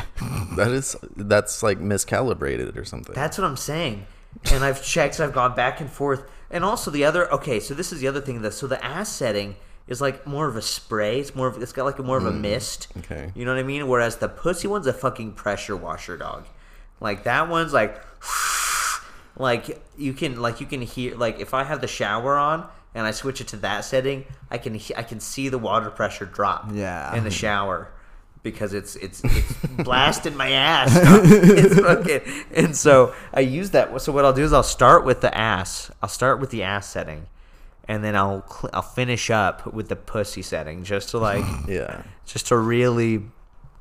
[SPEAKER 3] That is that's like miscalibrated or something.
[SPEAKER 4] That's what I'm saying. And I've checked, I've gone back and forth. And also the other okay, so this is the other thing that so the ass setting is like more of a spray. It's more of it's got like a more of a mist.
[SPEAKER 3] Mm, okay.
[SPEAKER 4] You know what I mean? Whereas the pussy one's a fucking pressure washer dog. Like that one's like like you can like you can hear like if I have the shower on and I switch it to that setting, I can he- I can see the water pressure drop
[SPEAKER 2] Yeah.
[SPEAKER 4] in the shower because it's it's it's blasting my ass. it's fucking and so I use that. So what I'll do is I'll start with the ass. I'll start with the ass setting, and then I'll cl- I'll finish up with the pussy setting just to like
[SPEAKER 3] Yeah.
[SPEAKER 4] just to really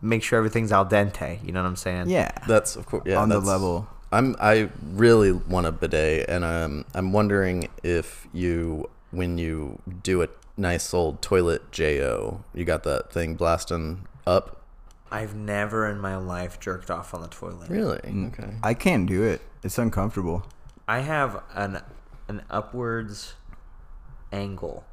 [SPEAKER 4] make sure everything's al dente. You know what I'm saying?
[SPEAKER 2] Yeah.
[SPEAKER 3] That's of course yeah,
[SPEAKER 2] On the
[SPEAKER 3] that's-
[SPEAKER 2] level.
[SPEAKER 3] I'm I really want a bidet, and um, I'm wondering if you when you do a nice old toilet jo, you got that thing blasting up.
[SPEAKER 4] I've never in my life jerked off on the toilet.
[SPEAKER 3] Really? Okay.
[SPEAKER 2] I can't do it. It's uncomfortable.
[SPEAKER 4] I have an an upwards angle.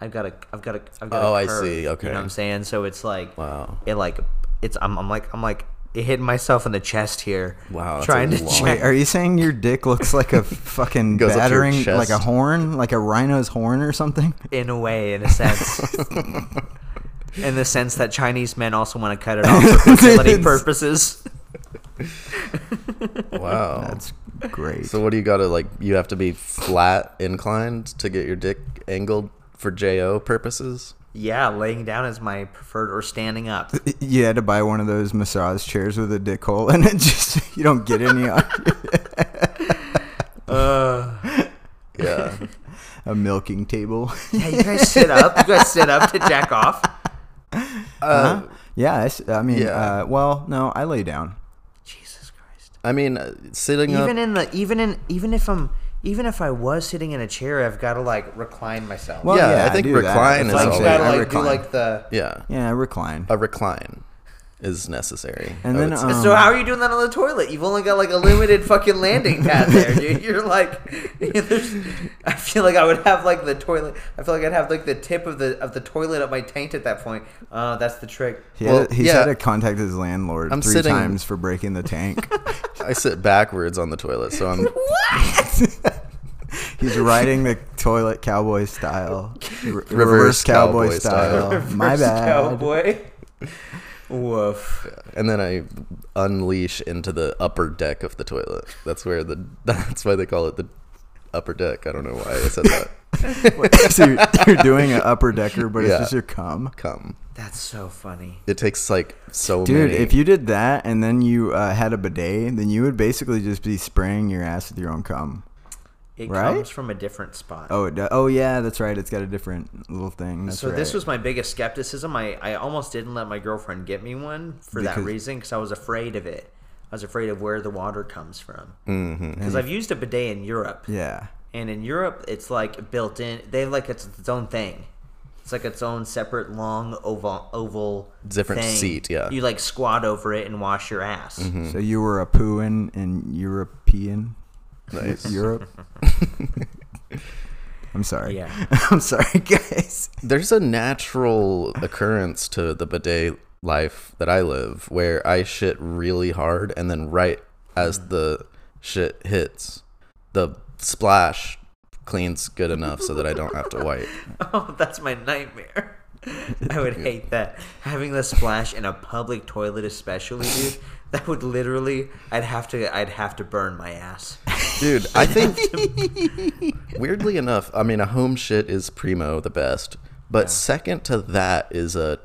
[SPEAKER 4] I've got a I've got a I've got a
[SPEAKER 3] Oh, I
[SPEAKER 4] curve,
[SPEAKER 3] see, okay.
[SPEAKER 4] You know what I'm saying? So it's like
[SPEAKER 3] Wow.
[SPEAKER 4] It like it's I'm I'm like I'm like hitting myself in the chest here.
[SPEAKER 3] Wow, that's
[SPEAKER 4] Trying
[SPEAKER 3] a
[SPEAKER 4] to
[SPEAKER 3] long-
[SPEAKER 4] check
[SPEAKER 2] Wait, are you saying your dick looks like a fucking
[SPEAKER 3] Goes up to your
[SPEAKER 2] battering, like a
[SPEAKER 3] chest.
[SPEAKER 2] horn, like a rhino's horn or something?
[SPEAKER 4] in a way, in a sense. in the sense that Chinese men also want to cut it off for fertility purposes.
[SPEAKER 3] Wow.
[SPEAKER 2] That's great.
[SPEAKER 3] Oh. so what do you got to like? You have to be flat inclined to get your dick angled for jo purposes.
[SPEAKER 4] Yeah, laying down is my preferred or standing up.
[SPEAKER 2] you had to buy one of those massage chairs with a dick hole, and it just you don't get any. on you.
[SPEAKER 3] Uh. Yeah.
[SPEAKER 2] a milking table.
[SPEAKER 4] Yeah, you guys sit up. You guys sit up to jack off.
[SPEAKER 3] uh,
[SPEAKER 2] yeah, I s- I mean,
[SPEAKER 3] Yeah.
[SPEAKER 2] uh, well, no, I lay down.
[SPEAKER 4] Jesus Christ.
[SPEAKER 3] I mean, uh, sitting
[SPEAKER 4] even
[SPEAKER 3] up.
[SPEAKER 4] in the even in even if I'm even if I was sitting in a chair, I've got to like recline myself.
[SPEAKER 2] Well,
[SPEAKER 3] yeah,
[SPEAKER 2] yeah,
[SPEAKER 3] I
[SPEAKER 2] I
[SPEAKER 3] think
[SPEAKER 2] do that.
[SPEAKER 3] recline
[SPEAKER 2] It's
[SPEAKER 3] is
[SPEAKER 2] like
[SPEAKER 4] like
[SPEAKER 3] always
[SPEAKER 4] you
[SPEAKER 2] you
[SPEAKER 4] got
[SPEAKER 2] gotta,
[SPEAKER 4] to
[SPEAKER 2] I
[SPEAKER 4] like do
[SPEAKER 2] recline.
[SPEAKER 4] like the.
[SPEAKER 3] yeah.
[SPEAKER 2] Yeah, I recline.
[SPEAKER 3] A recline is necessary.
[SPEAKER 2] And
[SPEAKER 3] I
[SPEAKER 2] then,
[SPEAKER 3] would say.
[SPEAKER 2] um,
[SPEAKER 4] So how are you doing that on the toilet? You've only got like a limited fucking landing pad there, dude. You're like, there's- I feel like I would have like the toilet. I feel like I'd have like the tip of the of the toilet up my taint at that point. Oh, that's the trick.
[SPEAKER 2] He
[SPEAKER 3] Well,
[SPEAKER 2] had, he's
[SPEAKER 3] yeah.
[SPEAKER 2] had to contact his landlord
[SPEAKER 3] I'm
[SPEAKER 2] three
[SPEAKER 3] sitting-
[SPEAKER 2] times for breaking the tank. uh,
[SPEAKER 3] I sit backwards on the toilet, so I'm
[SPEAKER 2] he's riding the toilet cowboy style, R- reverse,
[SPEAKER 3] cowboy
[SPEAKER 2] cowboy,
[SPEAKER 3] style.
[SPEAKER 2] style. My
[SPEAKER 4] First
[SPEAKER 2] bad.
[SPEAKER 4] cowboy. Woof.
[SPEAKER 3] and then I unleash into the upper deck of the toilet. That's where the that's why they call it the upper deck. I don't know why I said that.
[SPEAKER 2] so you're, you're doing an upper decker, but
[SPEAKER 3] Yeah.
[SPEAKER 2] it's just your cum.
[SPEAKER 3] Come.
[SPEAKER 4] That's so funny.
[SPEAKER 3] It takes like so
[SPEAKER 2] Dude,
[SPEAKER 3] many.
[SPEAKER 2] if you did that and then you uh, had a bidet, then you would basically just be spraying your ass with your own cum.
[SPEAKER 4] It
[SPEAKER 2] Right?
[SPEAKER 4] comes from a different spot.
[SPEAKER 2] Oh, it do- oh yeah, that's right. It's got a different little thing. That's
[SPEAKER 4] so
[SPEAKER 2] right.
[SPEAKER 4] this was my biggest skepticism. I, I almost didn't let my girlfriend get me one for that
[SPEAKER 2] Because-
[SPEAKER 4] reason because I was afraid of it. I was afraid of where the water comes from. Because I've used a bidet in Europe,
[SPEAKER 2] yeah.
[SPEAKER 4] and in Europe it's like built in. They like it's its own thing. It's like its own separate long oval oval
[SPEAKER 3] Different
[SPEAKER 4] thing.
[SPEAKER 3] seat, yeah.
[SPEAKER 4] You like squat over it and wash your ass.
[SPEAKER 2] So you were a pooin' and European.
[SPEAKER 3] Nice.
[SPEAKER 2] Europe. I'm sorry.
[SPEAKER 4] Yeah.
[SPEAKER 2] I'm sorry, guys.
[SPEAKER 3] There's a natural occurrence to the bidet life that I live where I shit really hard and then right
[SPEAKER 4] Mm.
[SPEAKER 3] as the shit hits, the splash cleans good enough so that I don't have to wipe.
[SPEAKER 4] Oh, that's my nightmare. I would hate that. Having the splash in a public toilet, especially, dude. That would literally. I'd have to. I'd have to burn my ass.
[SPEAKER 3] Dude, I think weirdly enough, I mean a home shit is primo the best, but second to that is a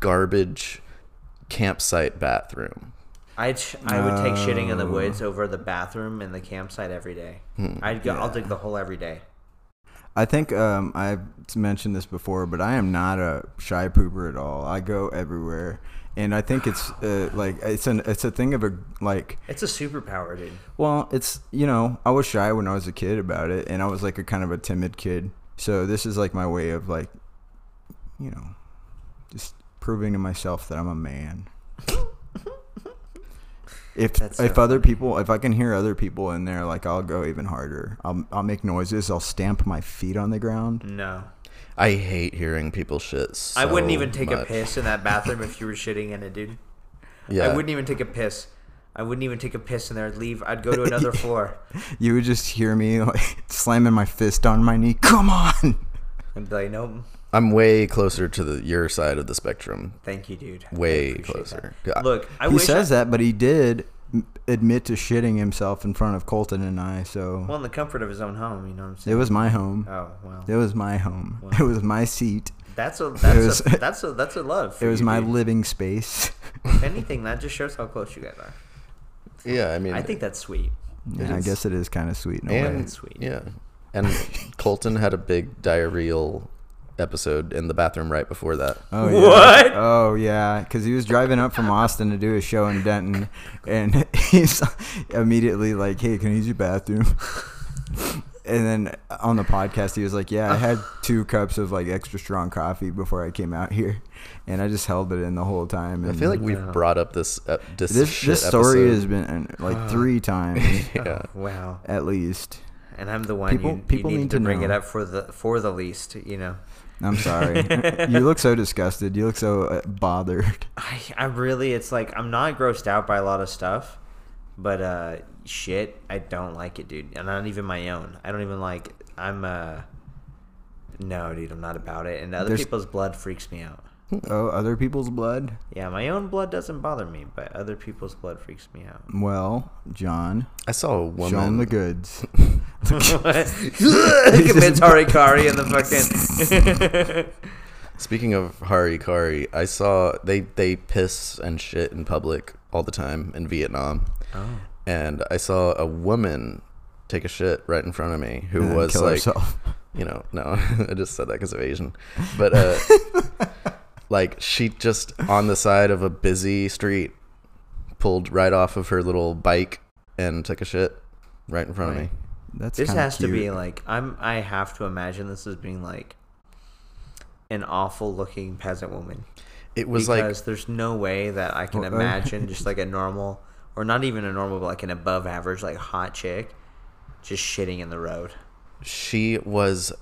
[SPEAKER 3] garbage campsite bathroom.
[SPEAKER 4] I'd. Sh- I would take shitting in the woods over the bathroom and the campsite every day.
[SPEAKER 3] Hmm,
[SPEAKER 4] I'd go. I'll dig the hole every day.
[SPEAKER 2] I think um, I've mentioned this before, but I am not a shy pooper at all. I go everywhere, and I think it's uh, like it's an it's a thing of a like
[SPEAKER 4] It's a superpower, dude.
[SPEAKER 2] Well, it's you know, I was shy when I was a kid about it, and I was like a kind of a timid kid. So this is like my way of like, you know, just proving to myself that I'm a man. if
[SPEAKER 4] That's so
[SPEAKER 2] if other people, if I can hear other people in there, like I'll go even harder. I'll I'll make noises. I'll stamp my feet on the ground.
[SPEAKER 4] No,
[SPEAKER 3] I hate hearing people shit. So
[SPEAKER 4] I wouldn't even take a
[SPEAKER 3] much.
[SPEAKER 4] piss in that bathroom if you were shitting in it, dude.
[SPEAKER 3] Yeah.
[SPEAKER 4] I wouldn't even take a piss. I wouldn't even take a piss in there. I'd leave. I'd go to another floor.
[SPEAKER 2] You would just hear me like slamming my fist on my knee. Come on.
[SPEAKER 4] I'd be like, nope.
[SPEAKER 3] I'm way closer to the your side of the spectrum.
[SPEAKER 4] Thank you, dude. I
[SPEAKER 3] Way
[SPEAKER 4] appreciate
[SPEAKER 3] closer.
[SPEAKER 4] that.
[SPEAKER 3] I-
[SPEAKER 4] Look, I
[SPEAKER 2] he
[SPEAKER 4] wish
[SPEAKER 2] says
[SPEAKER 4] I,
[SPEAKER 2] that, but he did m- admit to shitting himself in front of Colton and I. So
[SPEAKER 4] well in the comfort of his own home. You know what I'm saying?
[SPEAKER 2] it was my home.
[SPEAKER 3] Uh,
[SPEAKER 4] oh well,
[SPEAKER 2] It was my home.
[SPEAKER 4] Wow.
[SPEAKER 2] It was my seat.
[SPEAKER 4] that's a that's
[SPEAKER 2] was-
[SPEAKER 4] a that's a that's a love. for
[SPEAKER 2] It was
[SPEAKER 4] you,
[SPEAKER 2] my
[SPEAKER 4] dude.
[SPEAKER 2] living space.
[SPEAKER 4] if anything, that just shows how close you guys are.
[SPEAKER 3] Yeah, I mean,
[SPEAKER 4] I think that's sweet.
[SPEAKER 2] yeah, I
[SPEAKER 3] is.
[SPEAKER 2] guess it is kind of sweet. In a way.
[SPEAKER 3] and
[SPEAKER 4] That's sweet.
[SPEAKER 3] yeah, and Colton had a big diarrheal episode in the bathroom right before that.
[SPEAKER 2] Oh, yeah.
[SPEAKER 4] What?
[SPEAKER 2] Oh yeah, because he was driving up from Austin to do a show in Denton, and he's immediately like, "Hey, can I use your bathroom?" And then on the podcast, he was like, "Yeah, I
[SPEAKER 3] Uh.
[SPEAKER 2] had two cups of like extra strong coffee before I came out here, and I just held it in the whole time."
[SPEAKER 3] I
[SPEAKER 2] And
[SPEAKER 3] feel like we've
[SPEAKER 4] Yeah.
[SPEAKER 3] brought up this uh, this,
[SPEAKER 2] this
[SPEAKER 3] shit
[SPEAKER 2] this story
[SPEAKER 3] episode.
[SPEAKER 2] has Oh, been uh, like three times
[SPEAKER 3] yeah.
[SPEAKER 4] Wow.
[SPEAKER 2] at least.
[SPEAKER 4] Oh, And I'm the one
[SPEAKER 2] Uh, People-
[SPEAKER 4] you, you
[SPEAKER 2] people
[SPEAKER 4] need,
[SPEAKER 2] need
[SPEAKER 4] to,
[SPEAKER 2] to
[SPEAKER 4] bring it
[SPEAKER 2] know.
[SPEAKER 4] up for the for the least. You know,
[SPEAKER 2] I'm sorry. you look so disgusted. You look so uh, bothered.
[SPEAKER 4] I I really it's like I'm not grossed out by a lot of stuff, but uh, shit, I don't like it, dude. And not even my own. I don't even like. I'm uh, no, dude, I'm not about it. And other
[SPEAKER 2] There's-
[SPEAKER 4] people's blood freaks me out.
[SPEAKER 2] Oh, other people's blood.
[SPEAKER 4] Yeah, my own blood doesn't bother me, but other people's blood freaks me out.
[SPEAKER 2] Well, John,
[SPEAKER 3] I saw a woman.
[SPEAKER 2] show 'em the goods.
[SPEAKER 4] Commits harikari in the fucking.
[SPEAKER 3] Speaking of harikari, I saw they they piss and shit in public all the time in Vietnam,
[SPEAKER 4] oh.
[SPEAKER 3] and I saw a woman take a shit right in front of me who
[SPEAKER 2] and
[SPEAKER 3] was
[SPEAKER 2] kill
[SPEAKER 3] like,
[SPEAKER 2] herself.
[SPEAKER 3] you know, no, I just said that because of Asian, but uh, like she just on the side of a busy street pulled right off of her little bike and took a shit right in front of me.
[SPEAKER 2] That's
[SPEAKER 4] This
[SPEAKER 2] kinda
[SPEAKER 4] has to be
[SPEAKER 2] cute.
[SPEAKER 4] like I'm. I have to imagine this as being like an awful looking peasant woman
[SPEAKER 3] It was like
[SPEAKER 4] because there's no way that I can
[SPEAKER 2] Well, uh,
[SPEAKER 4] imagine just like a normal or not even a normal but like an above average like hot chick just shitting in the road.
[SPEAKER 3] she was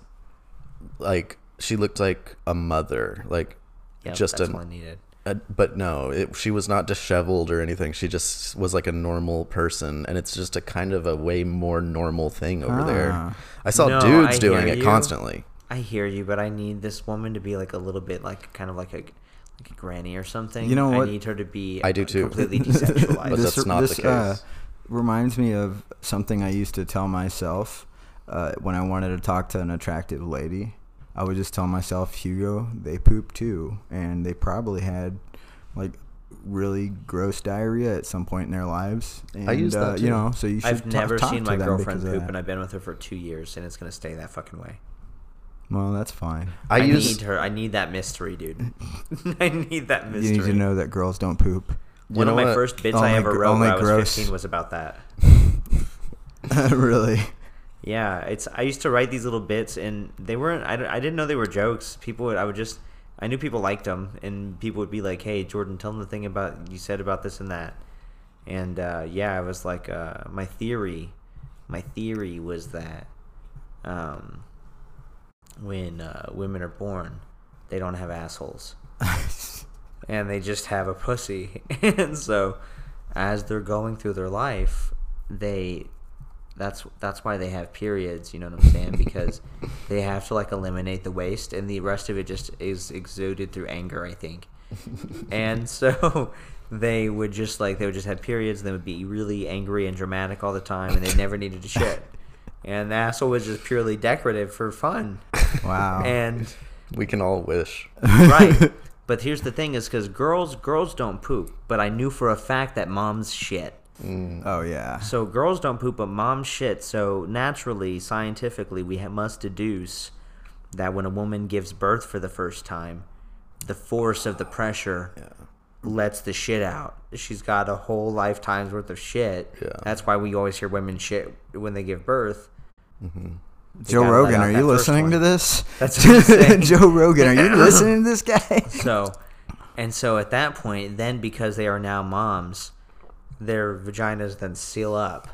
[SPEAKER 3] like she looked like a mother like
[SPEAKER 4] Yeah,
[SPEAKER 3] just
[SPEAKER 4] that's
[SPEAKER 3] a,
[SPEAKER 4] all I needed.
[SPEAKER 3] a but no it, she was not disheveled or anything she just was like a normal person and it's just a kind of a way more normal thing over there
[SPEAKER 2] Ah.
[SPEAKER 3] i saw
[SPEAKER 4] No,
[SPEAKER 3] dudes
[SPEAKER 4] I
[SPEAKER 3] doing
[SPEAKER 4] hear
[SPEAKER 3] it
[SPEAKER 4] you.
[SPEAKER 3] constantly
[SPEAKER 4] I hear you, but I need this woman to be like a little bit like kind of like a like a granny or something.
[SPEAKER 2] You know what?
[SPEAKER 4] I need her to be.
[SPEAKER 3] I do too.
[SPEAKER 4] Completely
[SPEAKER 3] But
[SPEAKER 4] decentralized.
[SPEAKER 3] that's not the case.
[SPEAKER 2] uh, reminds me of something I used to tell myself uh, when I wanted to talk to an attractive lady. I would just tell myself, Hugo, they poop too, and they probably had like really gross diarrhea at some point in their lives. And,
[SPEAKER 3] used that
[SPEAKER 2] uh,
[SPEAKER 3] too.
[SPEAKER 2] you know, so you should.
[SPEAKER 4] I've
[SPEAKER 2] ta-
[SPEAKER 4] never
[SPEAKER 2] talk
[SPEAKER 4] seen
[SPEAKER 2] to
[SPEAKER 4] my
[SPEAKER 2] them
[SPEAKER 4] girlfriend
[SPEAKER 2] because uh, of
[SPEAKER 4] poop,
[SPEAKER 2] that.
[SPEAKER 4] and I've been with her for two years, and it's gonna stay that fucking way.
[SPEAKER 2] Well, that's fine.
[SPEAKER 3] i,
[SPEAKER 4] I,
[SPEAKER 3] used
[SPEAKER 4] need her. I need that mystery, dude. I need that
[SPEAKER 2] You
[SPEAKER 4] mystery.
[SPEAKER 2] need to know that girls don't poop.
[SPEAKER 4] One
[SPEAKER 3] You know
[SPEAKER 4] of my
[SPEAKER 3] what?
[SPEAKER 4] first bits
[SPEAKER 2] Only
[SPEAKER 4] I ever
[SPEAKER 2] gr-
[SPEAKER 4] wrote
[SPEAKER 2] only
[SPEAKER 4] when I was
[SPEAKER 2] gross.
[SPEAKER 4] 15 was about that.
[SPEAKER 2] really?
[SPEAKER 4] Yeah, it's. I used to write these little bits, and they weren't. I, d- I didn't know they were jokes. People would. I would just. I knew people liked them, and people would be like, "Hey, Jordan, tell them the thing about you said about this and that." And uh, yeah, I was like, uh, my theory, my theory was that um, when uh, women are born, they don't have assholes. and they just have a pussy. and so, as they're going through their life, they that's that's why they have periods. You know what I'm saying? Because they have to like eliminate the waste, and the rest of it just is exuded through anger. I think. and so they would just like they would just have periods. They would be really angry and dramatic all the time, and they never needed to shit. And the asshole was just purely decorative for fun.
[SPEAKER 3] Oh,
[SPEAKER 2] Wow.
[SPEAKER 4] And
[SPEAKER 3] we can all wish
[SPEAKER 4] right. But here's the thing: is because girls girls don't poop, but I knew for a fact that moms shit.
[SPEAKER 2] oh yeah.
[SPEAKER 4] So girls don't poop, but moms shit. So naturally, scientifically, we ha- must deduce that when a woman gives birth for the first time, the force of the pressure lets the shit out. She's got a whole lifetime's worth of shit.
[SPEAKER 3] Yeah.
[SPEAKER 4] That's why we always hear women shit when they give birth.
[SPEAKER 2] Mm-hmm. Joe
[SPEAKER 4] gotta let
[SPEAKER 2] Rogan,
[SPEAKER 4] out
[SPEAKER 2] are
[SPEAKER 4] that
[SPEAKER 2] you
[SPEAKER 4] first
[SPEAKER 2] listening
[SPEAKER 4] one.
[SPEAKER 2] to this?
[SPEAKER 4] That's what I'm saying.
[SPEAKER 2] Joe Rogan, are you listening to this guy?
[SPEAKER 4] So, and so at that point, then because they are now moms, their vaginas then seal up.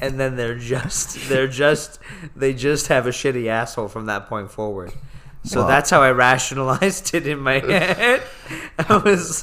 [SPEAKER 4] and then they're just they're just they just have a shitty asshole from that point forward. So
[SPEAKER 2] Well-
[SPEAKER 4] that's how I rationalized it in my head. I was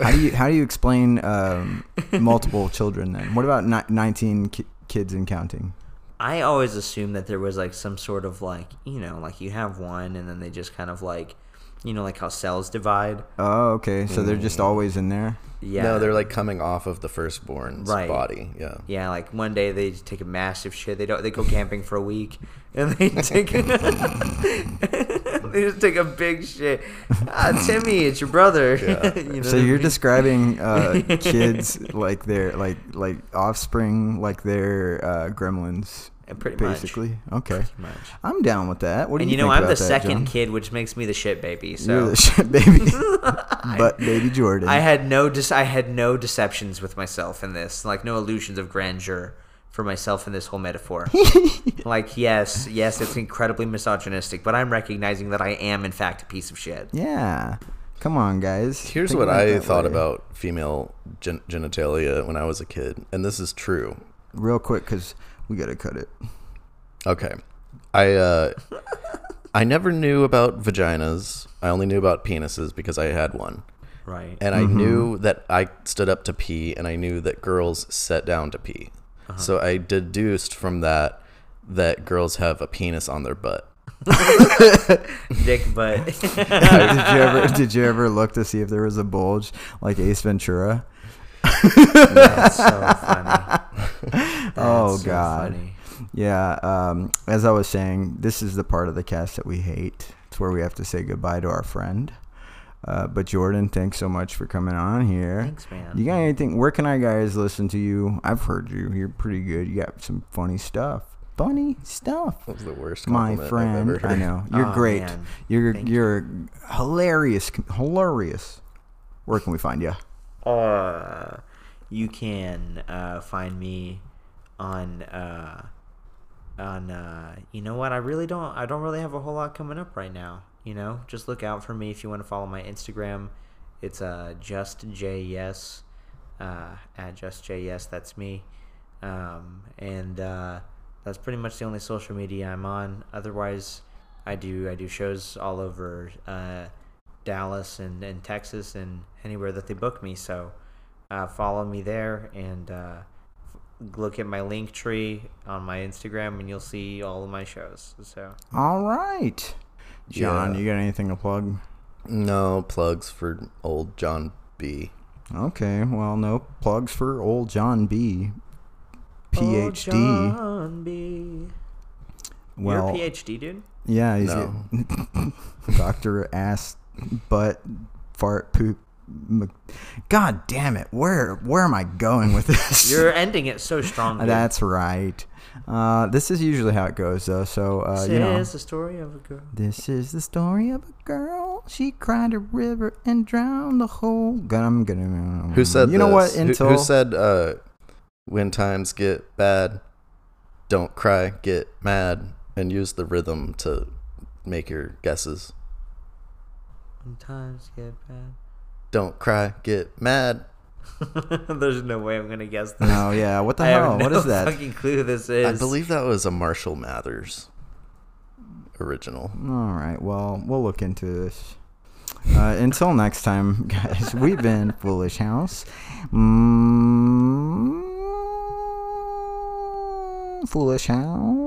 [SPEAKER 2] How do you how do you explain um, multiple children then? What about ni- nineteen ki- kids and counting?
[SPEAKER 4] I always assumed that there was like some sort of like you know like you have one and then they just kind of like you know like how cells divide.
[SPEAKER 2] Oh, okay. So they're
[SPEAKER 4] Mm.
[SPEAKER 2] just always in there.
[SPEAKER 4] Yeah.
[SPEAKER 3] No, they're like coming off of the firstborn's
[SPEAKER 4] Right.
[SPEAKER 3] body. Yeah.
[SPEAKER 4] Yeah, like one day they just take a massive shit. They don't. They go camping for a week, and they take. they just take a big shit. Ah, Timmy, it's your brother.
[SPEAKER 3] Yeah.
[SPEAKER 4] You know
[SPEAKER 2] So
[SPEAKER 4] what I
[SPEAKER 2] you're
[SPEAKER 4] mean?
[SPEAKER 2] describing uh, kids like their like like offspring like their uh, gremlins.
[SPEAKER 4] Uh, pretty much.
[SPEAKER 2] basically. Okay.
[SPEAKER 4] Pretty much.
[SPEAKER 2] I'm down with that. What do
[SPEAKER 4] And
[SPEAKER 2] you
[SPEAKER 4] you know,
[SPEAKER 2] think
[SPEAKER 4] I'm the
[SPEAKER 2] about that,
[SPEAKER 4] second
[SPEAKER 2] John?
[SPEAKER 4] kid, which makes me the shit baby. So
[SPEAKER 2] You're the shit baby. but baby Jordan.
[SPEAKER 4] I had no dis- I had no deceptions with myself in this, like no illusions of grandeur for myself in this whole metaphor. like yes, yes, it's incredibly misogynistic, but I'm recognizing that I am in fact a piece of shit.
[SPEAKER 2] yeah. Come on, guys.
[SPEAKER 3] Here's
[SPEAKER 2] Think
[SPEAKER 3] what
[SPEAKER 2] about
[SPEAKER 3] I
[SPEAKER 2] that
[SPEAKER 3] thought
[SPEAKER 2] later.
[SPEAKER 3] about female gen- genitalia when I was a kid, and this is true.
[SPEAKER 2] real quick because we gotta cut it.
[SPEAKER 3] Okay. I uh I never knew about vaginas. I only knew about penises because I had one.
[SPEAKER 4] Right.
[SPEAKER 3] And I
[SPEAKER 2] Mm-hmm.
[SPEAKER 3] knew that I stood up to pee and I knew that girls sat down to pee.
[SPEAKER 2] Uh-huh.
[SPEAKER 3] So I deduced from that that girls have a penis on their butt.
[SPEAKER 4] Dick butt.
[SPEAKER 2] did you ever did you ever look to see if there was a bulge like Ace Ventura?
[SPEAKER 4] That's so funny.
[SPEAKER 2] oh
[SPEAKER 4] That's so
[SPEAKER 2] God.
[SPEAKER 4] funny.
[SPEAKER 2] Yeah, um, as I was saying, this is the part of the cast that we hate. It's where we have to say goodbye to our friend. Uh, but Jordan, thanks so much for coming on here.
[SPEAKER 4] Thanks, man.
[SPEAKER 2] You got anything? Where can I guys listen to you? I've heard you. You're pretty good. You got some funny stuff. Funny stuff.
[SPEAKER 3] That was the worst
[SPEAKER 2] My
[SPEAKER 3] compliment I've
[SPEAKER 2] friend,
[SPEAKER 3] ever heard.
[SPEAKER 2] I know you're
[SPEAKER 4] Aw,
[SPEAKER 2] great.
[SPEAKER 4] man.
[SPEAKER 2] You're
[SPEAKER 4] Thank you.
[SPEAKER 2] you're hilarious, hilarious. Where can we find you?
[SPEAKER 4] Uh, you can uh, find me on uh, on uh, you know what I really don't I don't really have a whole lot coming up right now. You know, just look out for me if you want to follow my Instagram. It's uh just js uh, at just js. That's me, um, and uh, that's pretty much the only social media I'm on. Otherwise, I do I do shows all over. Uh, Dallas and, and Texas and anywhere that they book me. So uh, follow me there and uh, f- look at my link tree on my Instagram and you'll see all of my shows. So
[SPEAKER 2] All right, John,
[SPEAKER 3] Yeah.
[SPEAKER 2] you got anything to plug?
[SPEAKER 3] No plugs for old John B.
[SPEAKER 2] Okay, well, no plugs for old John B. PhD.
[SPEAKER 4] Oh, John B.
[SPEAKER 2] Well,
[SPEAKER 4] You're a PhD dude?
[SPEAKER 2] yeah, Mm-hmm. he's
[SPEAKER 3] No.
[SPEAKER 2] Doctor Ass Butt Fart Poop. m- God damn it! Where where am I going with this?
[SPEAKER 4] You're ending it so strongly.
[SPEAKER 2] That's right. Uh, this is usually how it goes, though. So uh,
[SPEAKER 4] This
[SPEAKER 2] you know,
[SPEAKER 4] is the story of a girl.
[SPEAKER 2] this is the story of a girl. She cried a river and drowned the whole. Gum, gum,
[SPEAKER 3] Who said
[SPEAKER 2] You know what?
[SPEAKER 3] this? Who-
[SPEAKER 2] Until
[SPEAKER 3] who, said uh, when times get bad, don't cry, get mad, and use the rhythm to make your guesses.
[SPEAKER 4] Sometimes get
[SPEAKER 3] Don't cry, get mad.
[SPEAKER 4] bad. There's no way I'm gonna guess this.
[SPEAKER 2] No, yeah. What the
[SPEAKER 4] I
[SPEAKER 2] hell?
[SPEAKER 4] have no
[SPEAKER 2] what is that?
[SPEAKER 4] fucking clue who this is.
[SPEAKER 3] I believe that was a Marshall Mathers original.
[SPEAKER 2] All right. Well, we'll look into this. Uh, until next time, guys, we've been Foolish House. Mm, Foolish House.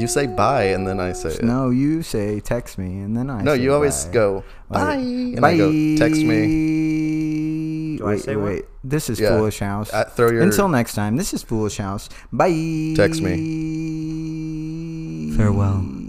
[SPEAKER 3] You say bye, and then I say it.
[SPEAKER 2] No, you say text me, and then I
[SPEAKER 3] No,
[SPEAKER 2] say
[SPEAKER 3] you always
[SPEAKER 2] bye.
[SPEAKER 3] go
[SPEAKER 2] Like,
[SPEAKER 3] bye, and I go text me.
[SPEAKER 2] me.
[SPEAKER 4] Do I
[SPEAKER 2] wait,
[SPEAKER 4] say one?
[SPEAKER 2] wait. This is
[SPEAKER 3] Yeah.
[SPEAKER 2] Foolish House.
[SPEAKER 3] Uh, throw your-
[SPEAKER 2] Until next time, this is Foolish House. Bye.
[SPEAKER 3] Text
[SPEAKER 2] me.
[SPEAKER 3] Farewell.